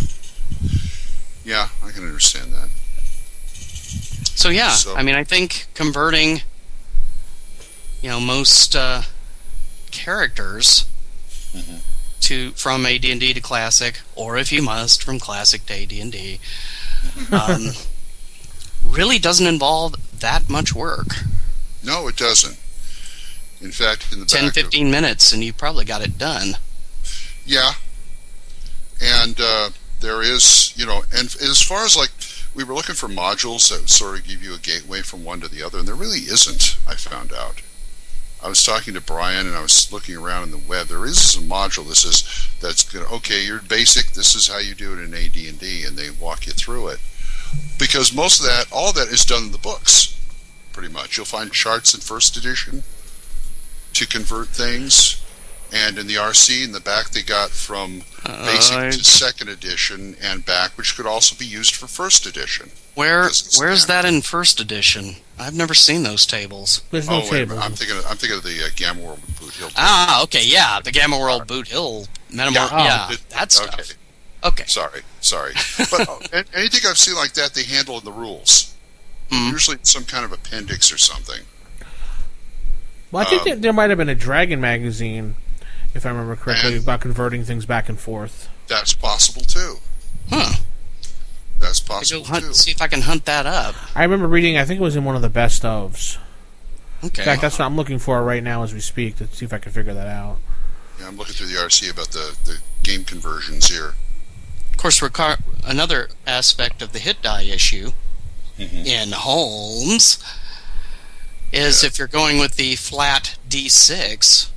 Speaker 7: Yeah, I can understand that.
Speaker 10: So yeah,
Speaker 7: So-
Speaker 10: I mean, I think converting, you know, most uh, characters
Speaker 7: Mhm.
Speaker 10: to from AD and D to classic, or if you must, from classic to AD and D,
Speaker 7: <laughs>
Speaker 10: um, really doesn't involve that much work.
Speaker 7: No, it doesn't. In fact, in the
Speaker 10: 10,
Speaker 7: back of-
Speaker 10: 15 minutes, and you probably got it done.
Speaker 7: Yeah. And uh, there is, you know, and as far as like, we were looking for modules that would sort of give you a gateway from one to the other, and there really isn't, I found out. I was talking to Brian and I was looking around in the web. There is a module that says that's going to, okay, you're basic, this is how you do it in AD&D, and they walk you through it. Because most of that, all of that is done in the books, pretty much. You'll find charts in first edition to convert things. And in the RC, in the back, they got from basic
Speaker 10: Uh,
Speaker 7: to second edition and back, which could also be used for first edition.
Speaker 10: where
Speaker 7: Doesn't
Speaker 10: where's
Speaker 7: stand.
Speaker 10: that in first edition? I've never seen those tables.
Speaker 5: There's no
Speaker 7: oh, wait a
Speaker 5: table.
Speaker 7: minute. I'm thinking. Of, I'm thinking of the uh, Gamma World Boot Hill.
Speaker 10: Ah, okay, yeah, the Gamma World Boot Hill Metamorph.
Speaker 5: Yeah. Oh.
Speaker 10: Yeah,
Speaker 7: It-
Speaker 10: that stuff.
Speaker 7: Okay,
Speaker 10: okay.
Speaker 7: sorry, sorry. But
Speaker 10: <laughs>
Speaker 7: uh, an- anything I've seen like that, they handle in the rules.
Speaker 10: Mhm.
Speaker 7: Usually, it's some kind of appendix or something.
Speaker 5: Well, I think
Speaker 7: Um,
Speaker 5: there, there might have been a Dragon magazine, if I remember correctly,
Speaker 7: And-
Speaker 5: about converting things back and forth.
Speaker 7: That's possible too.
Speaker 10: Huh.
Speaker 7: That's
Speaker 10: I go
Speaker 7: possible too.
Speaker 10: hunt, see if I can hunt that up.
Speaker 5: I remember reading. I think it was in one of the best ofs.
Speaker 10: Okay.
Speaker 5: In fact, that's what I'm looking for right now as we speak to see if I can figure that out.
Speaker 7: Yeah, I'm looking through the RC about the, the game conversions here.
Speaker 10: Of course, recar- another aspect of the hit die issue
Speaker 7: Mm-hmm.
Speaker 10: in Holmes is if you're going with the flat D6,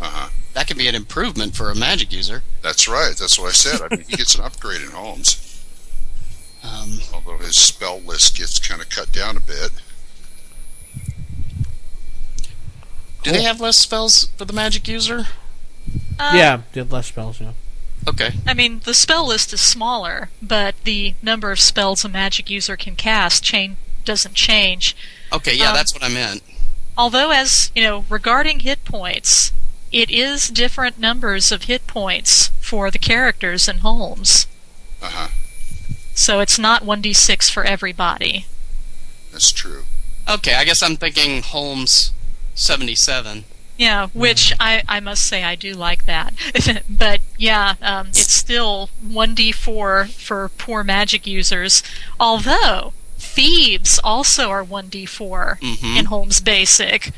Speaker 7: Uh-huh.
Speaker 10: that could be an improvement for a magic user.
Speaker 7: That's right. That's what I said. I mean, he gets an upgrade in Holmes,
Speaker 10: Um,
Speaker 7: although his spell list gets kind of cut down a bit.
Speaker 10: do they have less spells for the magic user?
Speaker 8: Uh,
Speaker 5: yeah, did less spells. Yeah.
Speaker 10: Okay.
Speaker 8: <laughs> I mean, the spell list is smaller, but the number of spells a magic user can cast chain doesn't change.
Speaker 10: Okay, yeah,
Speaker 8: Um,
Speaker 10: that's what I meant.
Speaker 8: Although, as you know, regarding hit points, it is different numbers of hit points for the characters in Holmes.
Speaker 7: Uh-huh.
Speaker 8: So it's not 1d6 for everybody.
Speaker 7: That's true.
Speaker 10: Okay, I guess I'm thinking Holmes 77.
Speaker 8: Yeah, which I, I must say I do like that. <laughs> but yeah, um, it's still 1d4 for poor magic users, although thieves also are 1d4
Speaker 10: Mhm.
Speaker 8: in Holmes Basic,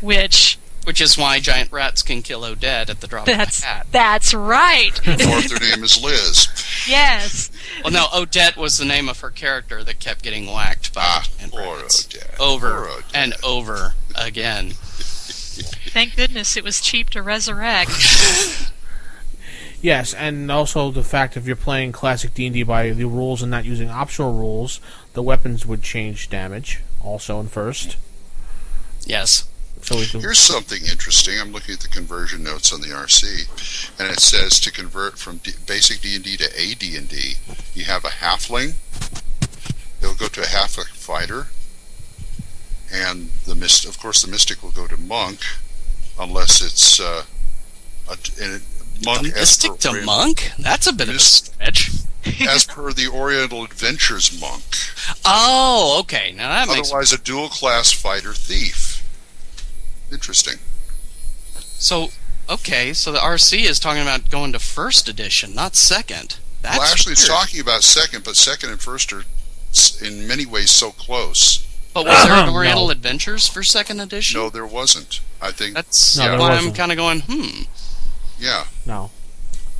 Speaker 8: which
Speaker 10: Which is why giant rats can kill Odette at the drop
Speaker 8: that's
Speaker 10: of a hat.
Speaker 8: that's right.
Speaker 7: Or if their name is Liz. <laughs>
Speaker 8: yes.
Speaker 10: Well, no, Odette was the name of her character that kept getting whacked by
Speaker 7: Ah,
Speaker 10: giant
Speaker 7: or
Speaker 10: rats.
Speaker 7: Odette.
Speaker 10: Over
Speaker 7: Or Odette.
Speaker 10: and over again.
Speaker 8: Thank goodness it was cheap to resurrect.
Speaker 5: Yes, and also the fact if you're playing classic D and D by the rules and not using optional rules, the weapons would change damage. Also in first,
Speaker 10: Yes.
Speaker 5: so we could,
Speaker 7: Here's something interesting. I'm looking at the conversion notes on the RC, and it says to convert from D- basic D&D to AD&D, you have a halfling. It'll go to a halfling fighter, and the myst- of course the mystic will go to monk, unless it's uh, a, and it, monk
Speaker 10: From
Speaker 7: as
Speaker 10: mystic
Speaker 7: per,
Speaker 10: to monk? That's a bit of a
Speaker 7: Yes.
Speaker 10: stretch.
Speaker 7: as per the Oriental Adventures monk.
Speaker 10: Oh, okay. Now that makes
Speaker 7: Otherwise, a dual class fighter thief. Interesting.
Speaker 10: so. Okay, so the RC is talking about going to first edition, not
Speaker 5: <clears throat>
Speaker 10: second. That's
Speaker 7: well, actually, it's
Speaker 10: weird.
Speaker 7: talking about second, but second and first are s- in many ways so close.
Speaker 10: But
Speaker 7: uh,
Speaker 10: was there an
Speaker 5: No.
Speaker 10: Oriental Adventures for second edition?
Speaker 7: No, there wasn't. I think,
Speaker 10: That's
Speaker 5: No, there
Speaker 10: why I'm
Speaker 5: wasn't.
Speaker 10: kind of going. Hmm.
Speaker 7: yeah.
Speaker 5: no.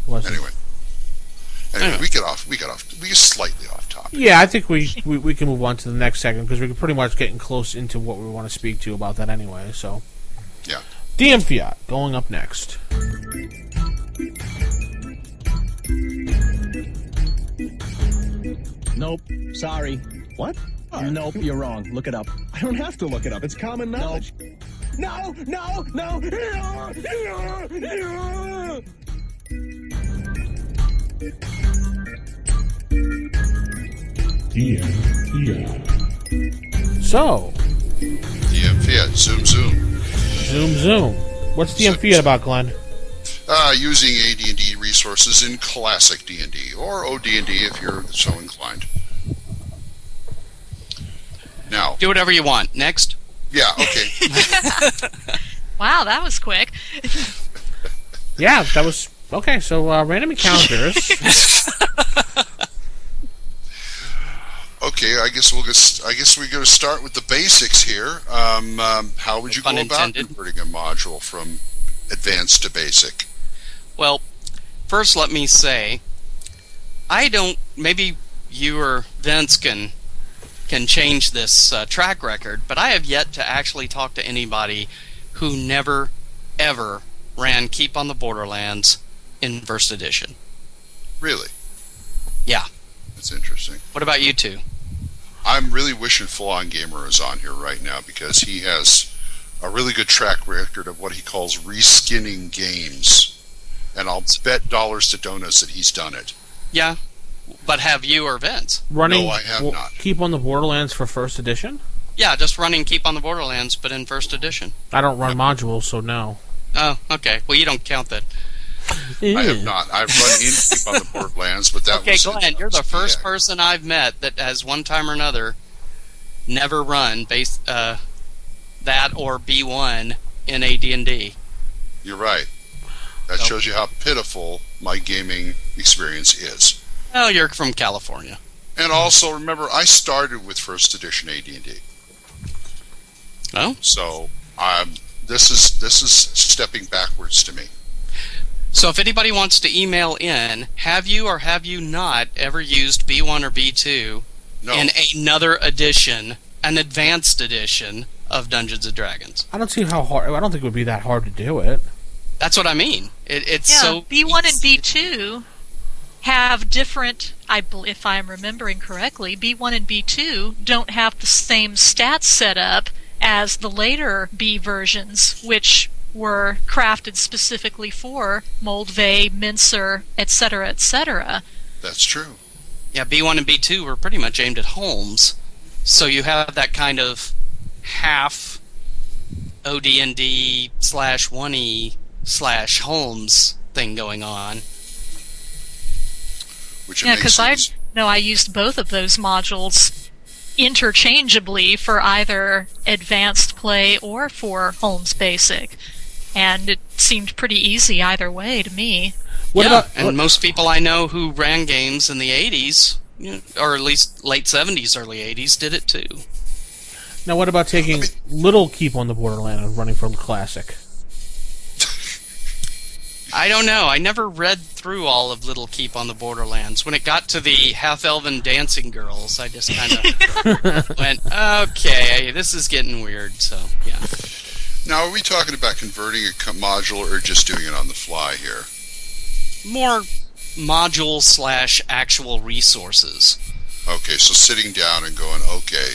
Speaker 5: Wasn't.
Speaker 7: Anyway, anyway,
Speaker 10: Anyway.
Speaker 7: we get off. We get off. We get slightly off topic.
Speaker 5: Yeah, I think we, we, we can move on to the next segment because we're pretty much getting close into what we want to speak to about that anyway. So,
Speaker 7: Yeah.
Speaker 5: DM Fiat going up next.
Speaker 11: Nope. Sorry. What? Nope, you're wrong. Look it up. I don't have to look it up. It's common knowledge. No, no, no.
Speaker 5: So,
Speaker 7: DM Fiat, zoom, zoom.
Speaker 5: zoom zoom. What's DM
Speaker 7: So-
Speaker 5: Fiat about, Glenn?
Speaker 7: Uh, using AD&D resources in classic D&D or OD&D if you're so inclined. Now,
Speaker 10: Do whatever you want. Next.
Speaker 7: yeah, okay.
Speaker 8: Wow, that was quick.
Speaker 5: Yeah, that was okay. So, uh, random encounters.
Speaker 7: Okay, I guess we'll just. I guess we're going to start with the basics here. Um, um, how would you
Speaker 10: Pun
Speaker 7: go about
Speaker 10: intended.
Speaker 7: converting a module from advanced to basic?
Speaker 10: Well, first let me say, I don't. Maybe you or Vince can can change this uh, track record, but I have yet to actually talk to anybody who never ever ran Keep on the Borderlands in first edition.
Speaker 7: Really?
Speaker 10: Yeah.
Speaker 7: that's interesting.
Speaker 10: What about you two?
Speaker 7: I'm really wishing Full On Gamer is on here right now because he has a really good track record of what he calls reskinning games, and I'll bet dollars to donuts that he's done it.
Speaker 10: Yeah. But have you or Vince?
Speaker 5: running.
Speaker 7: No, I have
Speaker 5: well,
Speaker 7: not.
Speaker 5: Keep on the Borderlands for first edition.
Speaker 10: Yeah, just running Keep on the Borderlands, but in first edition.
Speaker 5: I don't run modules, so no.
Speaker 10: Oh, okay. Well, you don't count that.
Speaker 7: I have not. I've run in Keep on the Borderlands, but that
Speaker 10: Okay,
Speaker 7: was
Speaker 10: Glenn, you're the first
Speaker 7: Yeah.
Speaker 10: person I've met that has one time or another never run base uh, that or B1 in AD&D.
Speaker 7: You're right. That
Speaker 10: Nope.
Speaker 7: shows you how pitiful my gaming experience is.
Speaker 10: Oh, you're from California.
Speaker 7: And also remember, I started with first edition AD&D.
Speaker 10: Oh.
Speaker 7: So um, this is this is stepping backwards to me.
Speaker 10: So if anybody wants to email in, have you or have you not ever used B1 or B2
Speaker 7: No,
Speaker 10: in another edition, an advanced edition of Dungeons and Dragons?
Speaker 5: I don't see how hard. I don't think it would be that hard to do it.
Speaker 10: That's what I mean. It, it's
Speaker 8: Yeah,
Speaker 10: so
Speaker 8: B1 and
Speaker 10: easy.
Speaker 8: B2 have different. I bel- if I'm remembering correctly, B1 and B2 don't have the same stats set up as the later B versions, which were crafted specifically for Moldvay, Mincer, etc., etc.
Speaker 7: that's true.
Speaker 10: Yeah, B1 and B2 were pretty much aimed at homes. So you have that kind of half OD&D slash 1E slash homes thing going on.
Speaker 7: Which it
Speaker 8: Yeah,
Speaker 7: makes
Speaker 8: because I
Speaker 7: things-
Speaker 8: no, I used both of those modules interchangeably for either advanced play or for Holmes Basic, and it seemed pretty easy either way to me.
Speaker 5: What
Speaker 10: yeah,
Speaker 5: about
Speaker 10: and most people I know who ran games in the 80s, you know, or at least late 70s, early 80s, did it too.
Speaker 5: now? What about taking little keep on the borderland and running for classic?
Speaker 10: I don't know. I never read through all of Little Keep on the Borderlands. When it got to the half elven dancing girls, I just kind
Speaker 5: <laughs>
Speaker 10: of went, okay, this is getting weird. So, yeah.
Speaker 7: Now, are we talking about converting a co- module or just doing it on the fly here?
Speaker 10: More module slash actual resources.
Speaker 7: Okay, so sitting down and going, okay,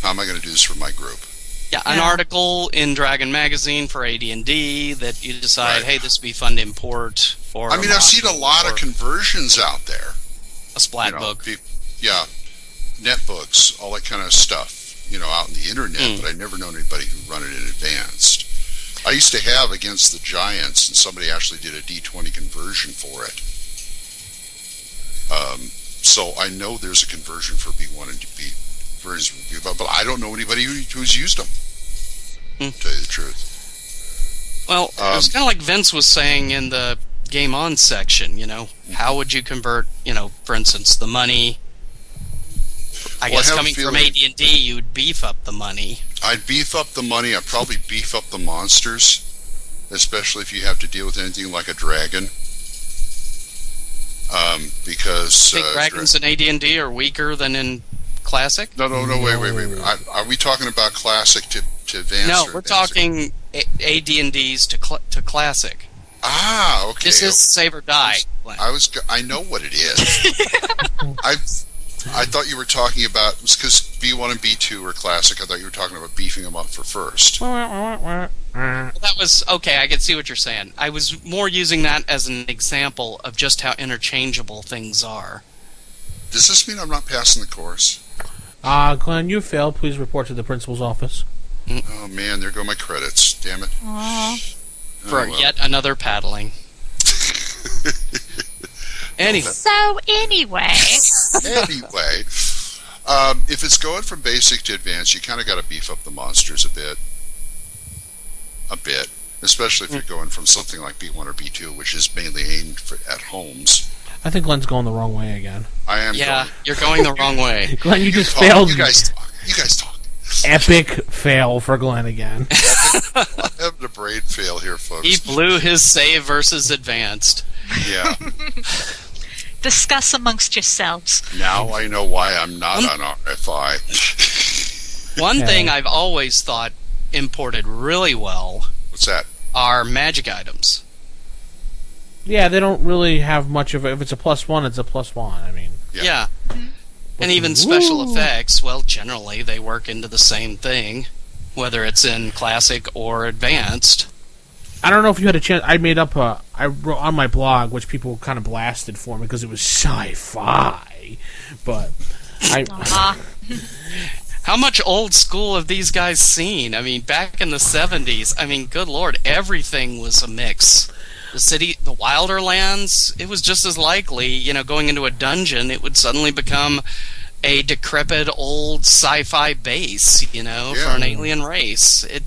Speaker 7: how am I going to do this for my group?
Speaker 10: Yeah, an
Speaker 8: Yeah.
Speaker 10: article in Dragon Magazine for AD&D that you decide,
Speaker 7: Right.
Speaker 10: hey, this would be fun to import. Or
Speaker 7: I mean, I've seen a
Speaker 10: module
Speaker 7: lot
Speaker 10: or
Speaker 7: of conversions out there.
Speaker 10: a splat
Speaker 7: you know,
Speaker 10: book.
Speaker 7: peop- yeah, netbooks, all that kind of stuff, you know, out in the internet,
Speaker 10: Mm.
Speaker 7: but I never known anybody who run it in advanced. I used to have against the Giants, and somebody actually did a D20 conversion for it. Um, so I know there's a conversion for B1 and B versions for B1, but I don't know anybody who, who's used them.
Speaker 10: Mm.
Speaker 7: Tell you the truth,
Speaker 10: Well, it was
Speaker 7: Um,
Speaker 10: kind of like Vince was saying in the game on section. You know, how would you convert? You know, for instance, the money. I
Speaker 7: Well, I
Speaker 10: guess
Speaker 7: have a
Speaker 10: coming from
Speaker 7: feeling-
Speaker 10: AD and D, you'd beef up the money.
Speaker 7: I'd beef up the money. I'd probably beef up the monsters, especially if you have to deal with anything like a dragon. Um, because
Speaker 10: I think
Speaker 7: uh,
Speaker 10: dragons in AD and D are weaker than in classic.
Speaker 7: No, no, no, wait, wait, wait. wait. I, are we talking about classic to, to advanced?
Speaker 10: No,
Speaker 7: or
Speaker 10: we're
Speaker 7: advanced?
Speaker 10: talking AD and D's to cl- to classic.
Speaker 7: Ah, okay.
Speaker 10: This is save or die.
Speaker 7: I was. go- I know what
Speaker 10: <laughs>
Speaker 7: it is. I I thought you were talking about because B one and B two are classic. I thought you were talking about beefing them up for first.
Speaker 10: Well, that was okay. I can see what you're saying. I was more using that as an example of just how interchangeable things are.
Speaker 7: Does this mean I'm not passing the course?
Speaker 5: Uh, Glenn, you failed. Please report to the principal's office.
Speaker 7: Oh man, there go my credits. Damn it. Oh,
Speaker 10: for
Speaker 7: well.
Speaker 10: yet another
Speaker 7: <laughs>
Speaker 10: paddling. anyway,
Speaker 8: So anyway,
Speaker 7: anyway, um, if it's going from basic to advanced, you kind of got to beef up the monsters a bit, a bit, especially if you're
Speaker 10: Mm.
Speaker 7: going from something like B1 or B2, which is mainly aimed for at homes.
Speaker 5: I think Glenn's going the wrong way again. <laughs>
Speaker 7: I am.
Speaker 10: yeah,
Speaker 7: going,
Speaker 10: you're going the wrong
Speaker 7: <laughs>
Speaker 10: way.
Speaker 5: Glenn, you, just
Speaker 7: talk,
Speaker 5: failed.
Speaker 7: You guys talk. You guys talk.
Speaker 5: Epic fail for Glenn again.
Speaker 7: I'm having a brain fail here, folks.
Speaker 10: He blew his save versus advanced.
Speaker 7: yeah.
Speaker 8: discuss amongst yourselves.
Speaker 7: Now I know why I'm
Speaker 10: Um,
Speaker 7: not on RFI.
Speaker 10: One
Speaker 5: Yeah.
Speaker 10: thing I've always thought imported really well
Speaker 7: <laughs> What's that?
Speaker 10: are magic items.
Speaker 5: yeah, they don't really have much of. A, if it's a plus one, it's a plus one. I mean,
Speaker 7: Yeah.
Speaker 10: Yeah. And even special effects, well, generally they work into the same thing, whether it's in classic or advanced.
Speaker 5: I don't know if you had a chance. I made up a. I wrote on my blog, which people kind of blasted for me because it was sci-fi, but I.
Speaker 8: Ah,
Speaker 10: How much old school have these guys seen? I mean, back in the 70s, I mean, good lord, everything was a mix. The city, the wilder lands, it was just as likely, you know, going into a dungeon, it would suddenly become a decrepit old sci fi base, you know,
Speaker 7: Yeah.
Speaker 10: for an alien race. It,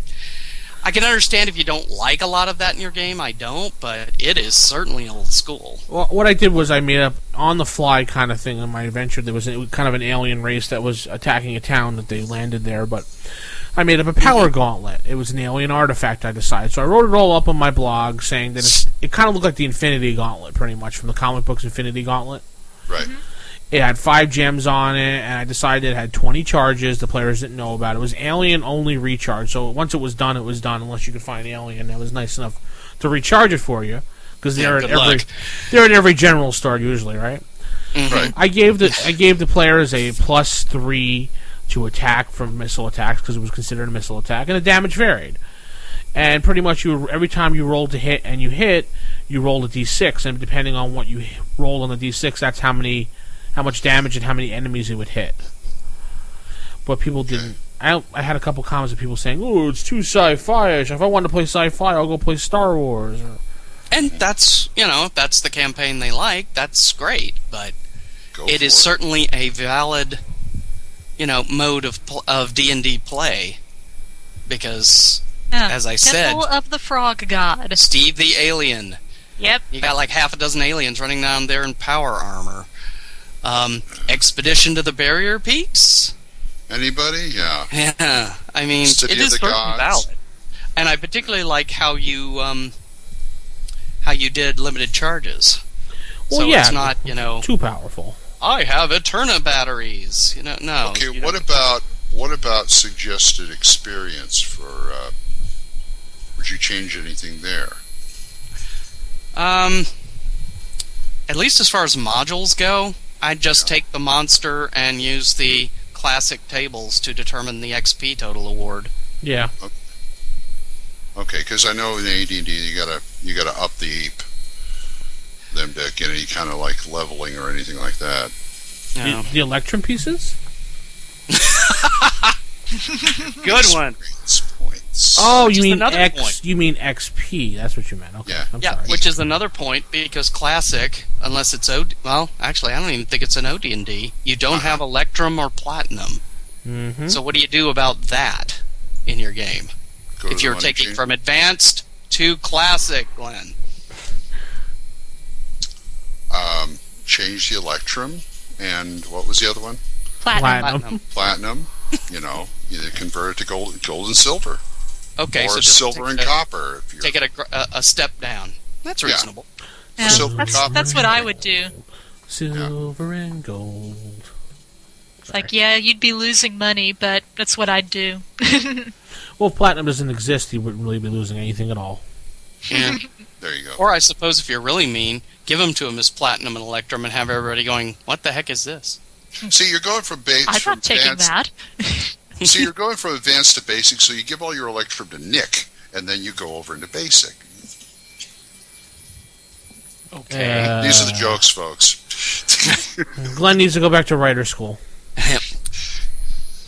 Speaker 10: I can understand if you don't like a lot of that in your game. I don't, but it is certainly old school.
Speaker 5: Well, what I did was I made up on the fly kind of thing on my adventure. There was a, kind of an alien race that was attacking a town that they landed there, but I made up a power gauntlet. It was an alien artifact I decided. So I wrote it all up on my blog saying that it's,
Speaker 6: it kind of looked like the Infinity Gauntlet, pretty much from the comic books Infinity Gauntlet.
Speaker 7: Right.
Speaker 6: It had five gems on it, and I decided it had 20 charges. The players didn't know about it. It was alien only recharge, so once it was done, it was done, unless you could find the alien that was nice enough to recharge it for you. Because they're,
Speaker 10: good
Speaker 6: at every
Speaker 10: luck.
Speaker 6: they're at every general store usually, right?
Speaker 7: Right.
Speaker 6: I gave the I gave the players a plus three to attack from missile attacks because it was considered a missile attack, and the damage varied. And pretty much, you every time you rolled to hit and you hit, you rolled a d6, and depending on what you h- rolled on the d6, that's how many, how much damage and how many enemies it would hit. But people didn't. I, I had a couple comments of people saying, "Oh, it's too sci-fi-ish. If I want to play sci-fi, I'll go play Star Wars." Or,
Speaker 10: And that's you know if that's the campaign they like. That's great, but
Speaker 7: Go
Speaker 10: it
Speaker 7: for
Speaker 10: is certainly a valid you know mode of pl- of D and D play because
Speaker 8: Yeah.
Speaker 10: As I said-
Speaker 8: Temple of the Frog God.
Speaker 10: Steve the alien,
Speaker 8: Yep.
Speaker 10: you got like half a dozen aliens running down there in power armor. Um, Expedition to the Barrier Peaks.
Speaker 7: Anybody? Yeah.
Speaker 10: Yeah, I mean,
Speaker 7: City
Speaker 10: it
Speaker 7: of
Speaker 10: is
Speaker 7: the
Speaker 10: certainly
Speaker 7: Gods.
Speaker 10: valid, and I particularly like how you um, how you did limited charges.
Speaker 6: Well,
Speaker 10: so
Speaker 6: yeah.
Speaker 10: it's not you know
Speaker 6: Too powerful.
Speaker 10: I have Eterna batteries. You know, no.
Speaker 7: Okay.
Speaker 10: you
Speaker 7: What
Speaker 10: don't-
Speaker 7: about what about suggested experience for? Uh, would you change anything there?
Speaker 10: Um, at least as far as modules go, I'd just take the monster and use the classic tables to determine the XP total award.
Speaker 6: Yeah.
Speaker 7: Okay, because I know in AD&D you gotta you gotta up the ape them to get any kind of like leveling or anything like that.
Speaker 10: You know.
Speaker 6: The, the Electrum pieces.
Speaker 7: Hmm.
Speaker 10: Good one.
Speaker 7: It's points.
Speaker 6: Oh,
Speaker 10: Which
Speaker 6: you
Speaker 10: is
Speaker 6: mean
Speaker 10: another
Speaker 6: X?
Speaker 10: point.
Speaker 6: You mean XP? That's what you meant. Okay,
Speaker 7: Yeah.
Speaker 6: I'm
Speaker 10: Yeah,
Speaker 6: sorry.
Speaker 10: which is another point because classic, unless it's O, well, actually, I don't even think it's an OD&D. You don't have Electrum or Platinum.
Speaker 6: Mhm.
Speaker 10: So what do you do about that in your game?
Speaker 7: Go to
Speaker 10: if
Speaker 7: the
Speaker 10: you're
Speaker 7: money
Speaker 10: taking
Speaker 7: changer.
Speaker 10: from advanced to classic, Glenn.
Speaker 7: um, change the Electrum and what was the other one?
Speaker 8: Platinum.
Speaker 10: Platinum.
Speaker 7: Platinum. you know, either convert it to gold, gold and silver,
Speaker 10: Okay,
Speaker 7: or
Speaker 10: so just
Speaker 7: silver
Speaker 10: take
Speaker 7: and
Speaker 10: the-
Speaker 7: copper. If you're
Speaker 10: take it a, gr- a, a step down. That's
Speaker 7: Yeah.
Speaker 10: reasonable.
Speaker 8: Yeah,
Speaker 7: Silver
Speaker 8: that's,
Speaker 7: copper.
Speaker 8: that's what I would do.
Speaker 6: Silver and gold.
Speaker 8: It's like, yeah, you'd be losing money, but that's what I'd do. <laughs>
Speaker 6: Well, if platinum doesn't exist, you wouldn't really be losing anything at all.
Speaker 7: there you go.
Speaker 10: Or I suppose if you're really mean, give them to him as platinum and electrum and have everybody going, "What the heck is this?"
Speaker 7: See, you're going from base.
Speaker 8: I'm
Speaker 7: from
Speaker 8: not taking
Speaker 7: advanced,
Speaker 8: that.
Speaker 7: so you're going from advanced to basic. So you give all your Electrum to Nick, and then you go over into basic.
Speaker 10: Okay.
Speaker 6: Uh,
Speaker 7: These are the jokes, folks. <laughs>
Speaker 6: Glenn needs to go back to writer school.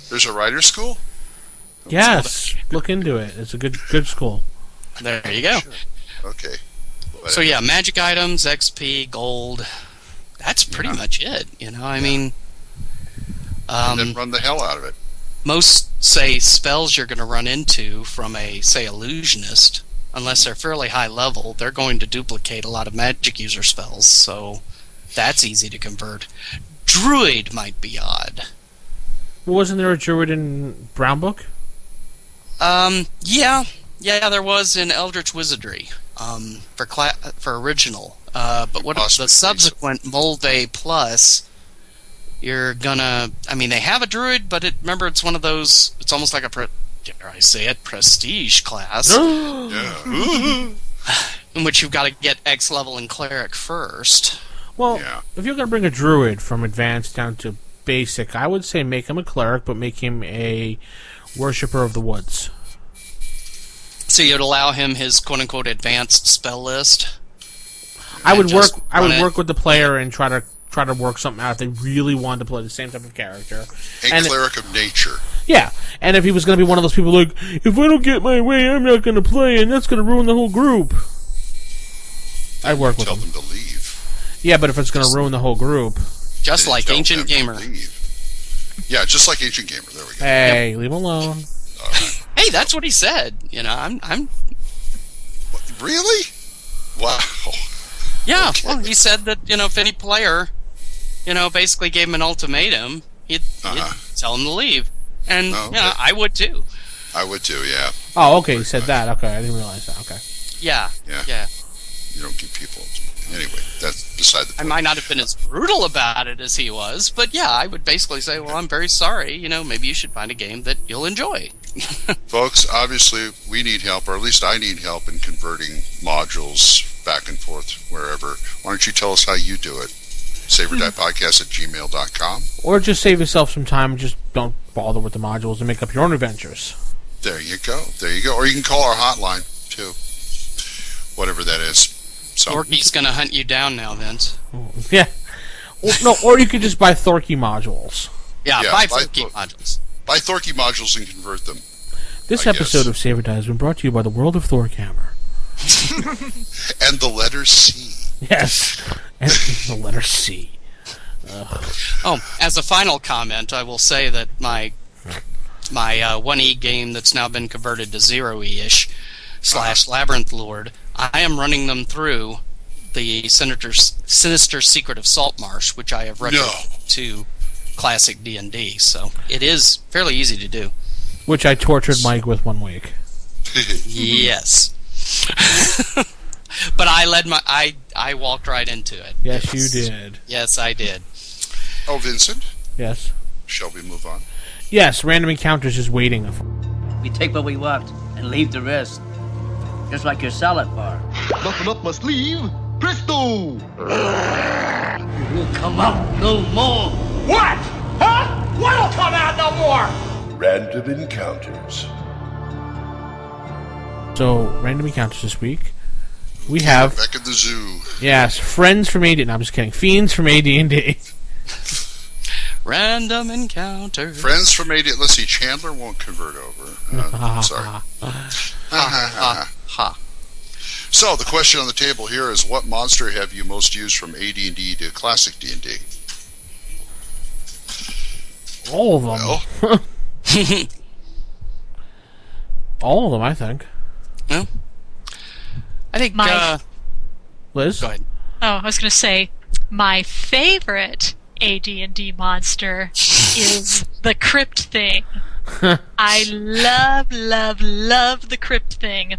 Speaker 7: There's a writer school.
Speaker 6: Yes, look into it. It's a good good school.
Speaker 10: there you go.
Speaker 7: Okay.
Speaker 10: So yeah, magic items, XP, gold. That's pretty
Speaker 7: Yeah.
Speaker 10: much it. You know, I mean,
Speaker 7: and then
Speaker 10: um,
Speaker 7: run the hell out of it.
Speaker 10: most say spells you're going to run into from a say illusionist, unless they're fairly high level, they're going to duplicate a lot of magic user spells. So that's easy to convert. Druid might be odd.
Speaker 6: Wasn't there a druid in Brown Book?
Speaker 10: Um, yeah, yeah, there was in Eldritch Wizardry um, for cla- for original, uh, but what
Speaker 7: Possibly.
Speaker 10: the subsequent Molde Plus? You're gonna, I mean, they have a druid, but it, remember, it's one of those. It's almost like a pre- dare I say it prestige class
Speaker 7: Yeah.
Speaker 10: in which you've got to get X level in cleric first.
Speaker 6: Well,
Speaker 7: Yeah.
Speaker 6: if you're gonna bring a druid from advanced down to basic, I would say make him a cleric, but make him a worshiper of the woods.
Speaker 10: So you'd allow him his quote unquote advanced spell list.
Speaker 6: I would work.
Speaker 10: just
Speaker 6: I would
Speaker 10: run it.
Speaker 6: work with the player and try to try to work something out if they really wanted to play the same type of character.
Speaker 7: A
Speaker 6: And-
Speaker 7: cleric of nature.
Speaker 6: Yeah, and if he was going to be one of those people like, if I don't get my way, I'm not going to play, and that's going to ruin the whole group. I work with
Speaker 7: Tell
Speaker 6: him.
Speaker 7: them to leave.
Speaker 6: Yeah, but if it's going to ruin the whole group,
Speaker 10: Just
Speaker 7: Then
Speaker 10: like
Speaker 7: tell
Speaker 10: Ancient
Speaker 7: them to
Speaker 10: Gamer.
Speaker 7: leave. Yeah, just like ancient gamer. There we go.
Speaker 6: hey, leave him alone.
Speaker 10: Hey, that's what he said. You know, I'm, I'm
Speaker 7: Really? Wow.
Speaker 10: Yeah,
Speaker 7: Okay.
Speaker 10: well, he said that you know if any player, you know, basically gave him an ultimatum, he'd,
Speaker 7: Uh-huh.
Speaker 10: he'd tell him to leave, and
Speaker 7: Oh,
Speaker 10: you know,
Speaker 7: okay.
Speaker 10: I would too.
Speaker 7: I would too. Yeah.
Speaker 6: Oh, okay, you said that. Okay, I didn't realize that. Okay,
Speaker 10: Yeah,
Speaker 7: Yeah.
Speaker 10: yeah.
Speaker 7: you don't give people. Anyway, that's beside the
Speaker 10: I
Speaker 7: point.
Speaker 10: might not have been as brutal about it as he was, but yeah, I would basically say, well, I'm very sorry. You know, maybe you should find a game that you'll enjoy.
Speaker 7: Folks, obviously, we need help, or at least I need help in converting modules back and forth wherever. Why don't you tell us how you do it? SaverDiePodcast at gmail.com.
Speaker 5: Or just save yourself some time and just don't bother with the modules and make up your own adventures.
Speaker 7: There you go. There you go. Or you can call our hotline, too. Whatever that is. So,
Speaker 10: Orky's going to hunt you down now, Vince.
Speaker 5: Yeah. Or, no, or you could just buy Thorky modules.
Speaker 10: Yeah,
Speaker 7: Yeah,
Speaker 10: buy
Speaker 7: buy
Speaker 10: Forky
Speaker 7: both.
Speaker 10: modules.
Speaker 7: buy Thorky modules and convert them.
Speaker 5: This
Speaker 7: I
Speaker 5: episode
Speaker 7: guess.
Speaker 5: of Saber Die has been brought to you by the world of Thorkhammer.
Speaker 7: And the letter C. <laughs>
Speaker 5: Yes. And the letter C.
Speaker 10: Oh, as a final comment, I will say that my my uh, 1E game that's now been converted to 0E ish slash Labyrinth Lord, I am running them through the Senator's, Sinister Secret of Saltmarsh, which I have retro to classic D&D, so it is fairly easy to do.
Speaker 5: Which I tortured Mike with one week.
Speaker 10: Yes. <laughs> but I led my I I walked right into it.
Speaker 5: Yes, you did.
Speaker 10: Yes, I did.
Speaker 7: Oh, Vincent,
Speaker 5: Yes.
Speaker 7: shall we move on?
Speaker 5: Yes, Random Encounters is waiting for
Speaker 12: We take what we want and leave the rest. Just like your salad bar.
Speaker 11: Nothing up my sleeve. Presto!
Speaker 12: We'll come out no more.
Speaker 9: Random encounters.
Speaker 5: So, Random Encounters this week. We have,
Speaker 7: Back at the zoo.
Speaker 5: yes, Friends from AD... No, I'm just kidding. Fiends from AD&D.
Speaker 10: Random encounter.
Speaker 7: Friends from AD. Let's see, Chandler won't convert over.
Speaker 10: <laughs>
Speaker 7: Uh, sorry. <laughs>
Speaker 10: ha ha.
Speaker 7: So the question on the table here is, what monster have you most used from AD&D to classic D&D?
Speaker 5: All of them.
Speaker 7: Well,
Speaker 5: <laughs> All of them, I think.
Speaker 10: Well, I think
Speaker 8: My-
Speaker 10: uh,
Speaker 5: Liz?
Speaker 10: go ahead.
Speaker 8: Oh, I was going to say my favorite AD&D monster is the
Speaker 7: <laughs>
Speaker 8: crypt thing. I love love love the crypt thing.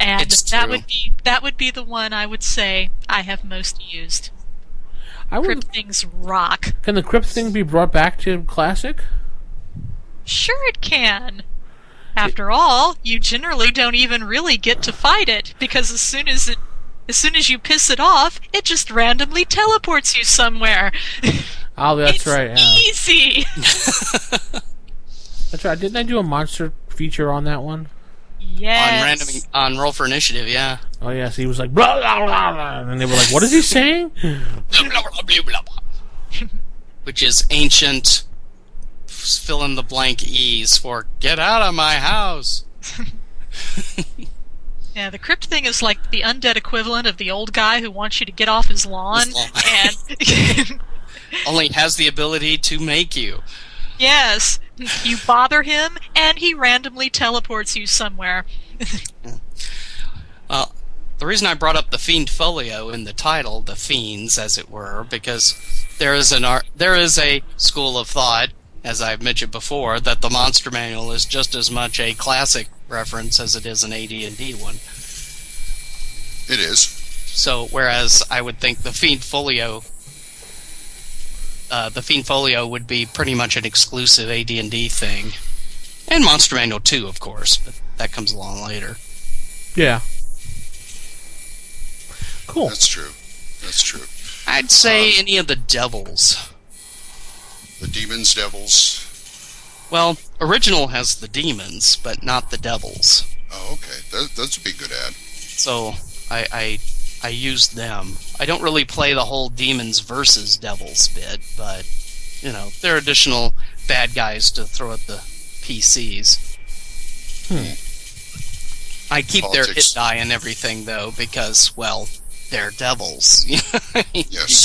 Speaker 8: And
Speaker 10: It's
Speaker 8: that
Speaker 10: true.
Speaker 8: would be that would be the one I would say I have most used.
Speaker 5: I would,
Speaker 8: Crypt things rock.
Speaker 5: can the Crypt thing be brought back to Classic?
Speaker 8: Sure it can. After all, you generally don't even really get to fight it because as soon as it as soon as you piss it off, it just randomly teleports you somewhere. <laughs>
Speaker 5: Oh, that's
Speaker 8: It's
Speaker 5: right. Yeah.
Speaker 8: Easy.
Speaker 5: That's right. Didn't I do a monster feature on that one?
Speaker 8: Yes.
Speaker 10: on random on roll for initiative. Yeah.
Speaker 5: Oh yes, he was like blah blah blah, blah and they were like, "What is he saying?"
Speaker 10: Blah, blah, blah, blah, blah, blah. <laughs> Which is ancient fill in the blank E's for get out of my house.
Speaker 8: Yeah, the crypt thing is like the undead equivalent of the old guy who wants you to get off his lawn.
Speaker 10: His lawn.
Speaker 8: And <laughs>
Speaker 10: Only has the ability to make you.
Speaker 8: yes, you bother him, and he randomly teleports you somewhere.
Speaker 10: Well, the reason I brought up the Fiend Folio in the title, the Fiends, as it were, because there is an ar there is a school of thought, as I've mentioned before, that the Monster Manual is just as much a classic reference as it is an AD&D one.
Speaker 7: it is.
Speaker 10: So, whereas I would think the Fiend Folio, uh, the Fiend Folio would be pretty much an exclusive AD&D thing, and Monster Manual 2, of course, but that comes along later.
Speaker 5: yeah. Cool.
Speaker 7: That's true. That's true.
Speaker 10: I'd say any of the Devils.
Speaker 7: The demons, devils.
Speaker 10: Well, original has the demons, but not the devils.
Speaker 7: Oh, okay. That, that's a big good ad.
Speaker 10: So I I I used them. I don't really play the whole demons versus devils bit, but you know they're additional bad guys to throw at the PCs. I keep their hit
Speaker 7: Hmm. Politics.
Speaker 10: die and everything though because well they're devils. <laughs>
Speaker 7: Yes.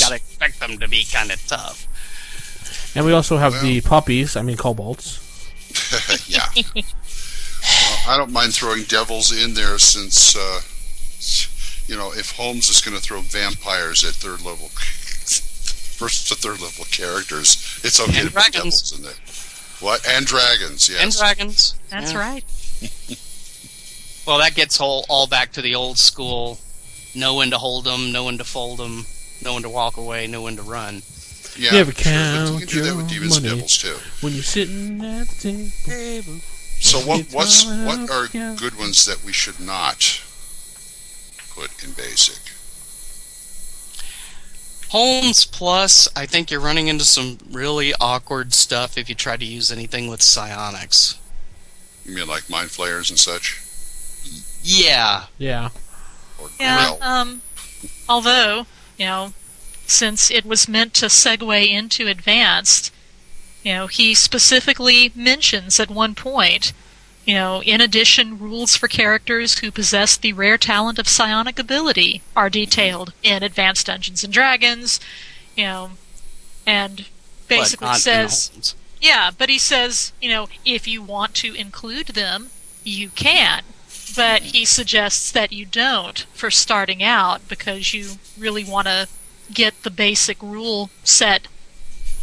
Speaker 10: <laughs> You gotta expect them to be kind of tough.
Speaker 5: And we also have the puppies. I mean, kobolds.
Speaker 8: <laughs>
Speaker 7: yeah. well, I don't mind throwing devils in there since, uh, you know, if Holmes is going to throw vampires at third level, <laughs> first to third level characters, it's okay
Speaker 10: And
Speaker 7: to put
Speaker 10: dragons.
Speaker 7: devils in there. What? And dragons, yes.
Speaker 10: And dragons.
Speaker 8: That's
Speaker 10: Yeah.
Speaker 8: right.
Speaker 10: Well, that gets whole all back to the old school know when to hold them, know when to fold them, know when to walk away, know when to run.
Speaker 7: Yeah,
Speaker 5: Never
Speaker 7: sure, but you
Speaker 5: count
Speaker 7: can do that with
Speaker 5: your
Speaker 7: Demon's
Speaker 5: money.
Speaker 7: Devils too.
Speaker 5: When you're sitting at the table.
Speaker 7: So what
Speaker 5: It's
Speaker 7: what's
Speaker 5: all
Speaker 7: what are
Speaker 5: about
Speaker 7: good ones that we should not put in basic?
Speaker 10: Holmes Plus, I think you're running into some really awkward stuff if you try to use anything with psionics.
Speaker 7: You mean like mind flayers and such?
Speaker 10: Yeah,
Speaker 5: Yeah.
Speaker 7: Or
Speaker 8: Yeah.
Speaker 7: grill?
Speaker 8: Um, although, you know, since it was meant to segue into advanced, you know, he specifically mentions at one point, you know, in addition, rules for characters who possess the rare talent of psionic ability are detailed in Advanced Dungeons and Dragons, you know, and
Speaker 10: but
Speaker 8: basically
Speaker 10: not in
Speaker 8: says.
Speaker 10: Holmes.
Speaker 8: Yeah, but he says, you know, if you want to include them, you can. But he suggests that you don't for starting out because you really want to get the basic rule set,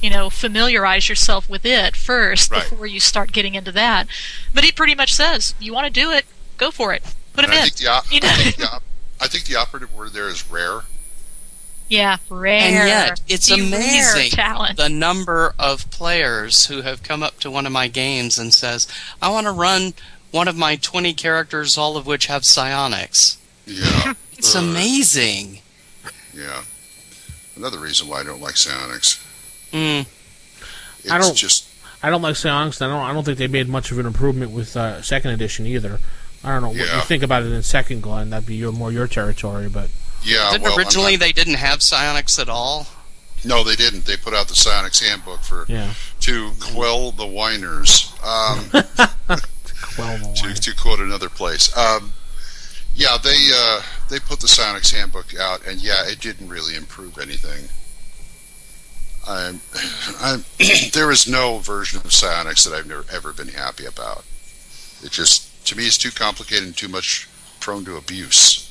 Speaker 8: you know, familiarize yourself with it first
Speaker 7: Right.
Speaker 8: before you start getting into that. But he pretty much says, you want to do it, go for it. Put
Speaker 7: And
Speaker 8: him
Speaker 7: I
Speaker 8: in.
Speaker 7: think the op-
Speaker 8: You
Speaker 7: I think
Speaker 8: know?
Speaker 7: the op- I think the operative word there is rare.
Speaker 8: yeah, rare.
Speaker 10: And yet, it's
Speaker 8: the rare
Speaker 10: amazing
Speaker 8: talent.
Speaker 10: the number of players who have come up to one of my games and says, "I want to run one of my 20 characters, all of which have psionics."
Speaker 7: Yeah,
Speaker 10: It's amazing.
Speaker 7: yeah. Another reason why I don't like psionics.
Speaker 10: Mm.
Speaker 7: It's
Speaker 5: I don't-
Speaker 7: just
Speaker 5: I don't like Psionics. and I don't. I don't think they made much of an improvement with uh, second edition either. I don't know what you
Speaker 7: Yeah.
Speaker 5: think about it in second, Glenn. That'd be your, more your territory, but
Speaker 7: yeah.
Speaker 10: Didn't
Speaker 7: well, I'm
Speaker 10: originally
Speaker 7: not-
Speaker 10: they didn't have psionics at all.
Speaker 7: no, they didn't. They put out the Psionics handbook for
Speaker 5: yeah.
Speaker 7: to quell the whiners. Um,
Speaker 5: Well, the
Speaker 7: to,
Speaker 5: line.
Speaker 7: to quote another place. Um, yeah, they uh, they put the Sonics handbook out, and yeah, it didn't really improve anything. I'm, <clears throat> I'm, there is no version of Sonics that I've never ever been happy about. It just to me is too complicated and too much prone to abuse,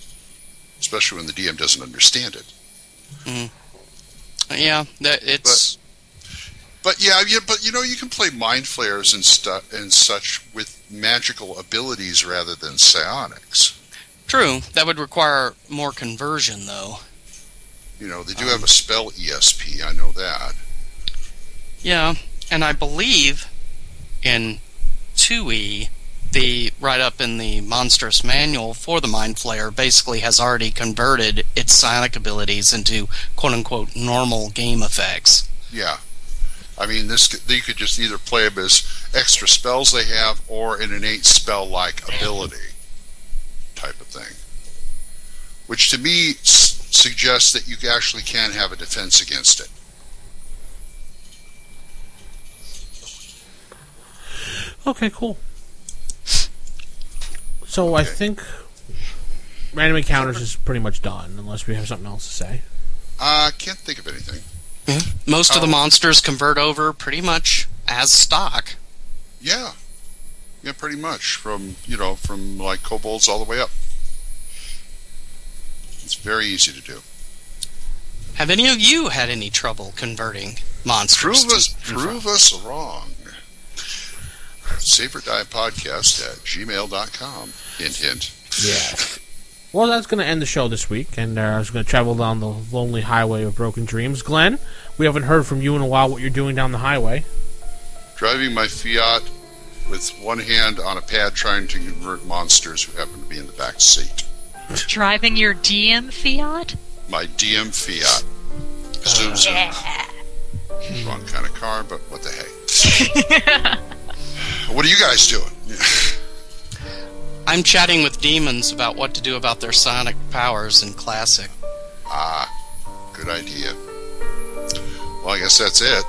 Speaker 7: especially when the DM doesn't understand it.
Speaker 10: Yeah, that it's
Speaker 7: But yeah, yeah, but you know, you can play mind flayers and stuff and such with magical abilities rather than psionics.
Speaker 10: true. That would require more conversion, though.
Speaker 7: You know, they do have a spell ESP. I know that.
Speaker 10: Yeah, and I believe in 2e, the write up in the monstrous manual for the Mind Flayer basically has already converted its psionic abilities into quote unquote normal game effects.
Speaker 7: Yeah, I mean, this c- you could just either play them as extra spells they have, or an innate spell-like ability type of thing, which to me s- suggests that you actually can have a defense against it.
Speaker 5: Okay, cool. So I
Speaker 7: Okay.
Speaker 5: think random encounters is pretty much done, unless we have something else to say.
Speaker 7: I can't think of anything.
Speaker 10: Most of the
Speaker 7: Oh.
Speaker 10: monsters convert over pretty much as stock.
Speaker 7: Yeah, yeah, pretty much from you know from like kobolds all the way up. It's very easy to do.
Speaker 10: Have any of you had any trouble converting monsters?
Speaker 7: prove
Speaker 10: to-
Speaker 7: us prove us wrong safer die podcast at gmail.com hint hint
Speaker 5: Yes. Well, that's going to end the show this week, and uh, I was going to travel down the lonely highway of broken dreams. Glenn, we haven't heard from you in a while. What you're doing down the highway?
Speaker 7: driving my fiat with one hand on a pad trying to convert monsters who happen to be in the back seat
Speaker 8: Driving your DM Fiat?
Speaker 7: my dm fiat zoom zoom wrong kind of car but what the heck what are you guys doing <laughs>
Speaker 10: I'm chatting with demons about what to do about their sonic powers in Classic.
Speaker 7: ah good idea well i guess that's it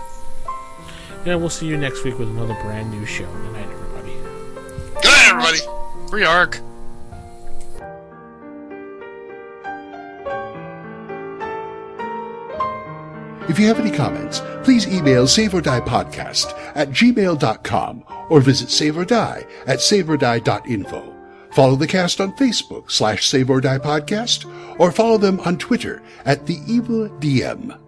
Speaker 5: Yeah, we'll see you next week with another brand new show. Good night, everybody.
Speaker 7: good night everybody
Speaker 10: Free arc.
Speaker 6: If you have any comments, please email saveordiepodcast at gmail.com or visit Save or Die at saveordie.info. Follow the cast on Facebook slash Save or Die Podcast or follow them on Twitter at The Evil DM.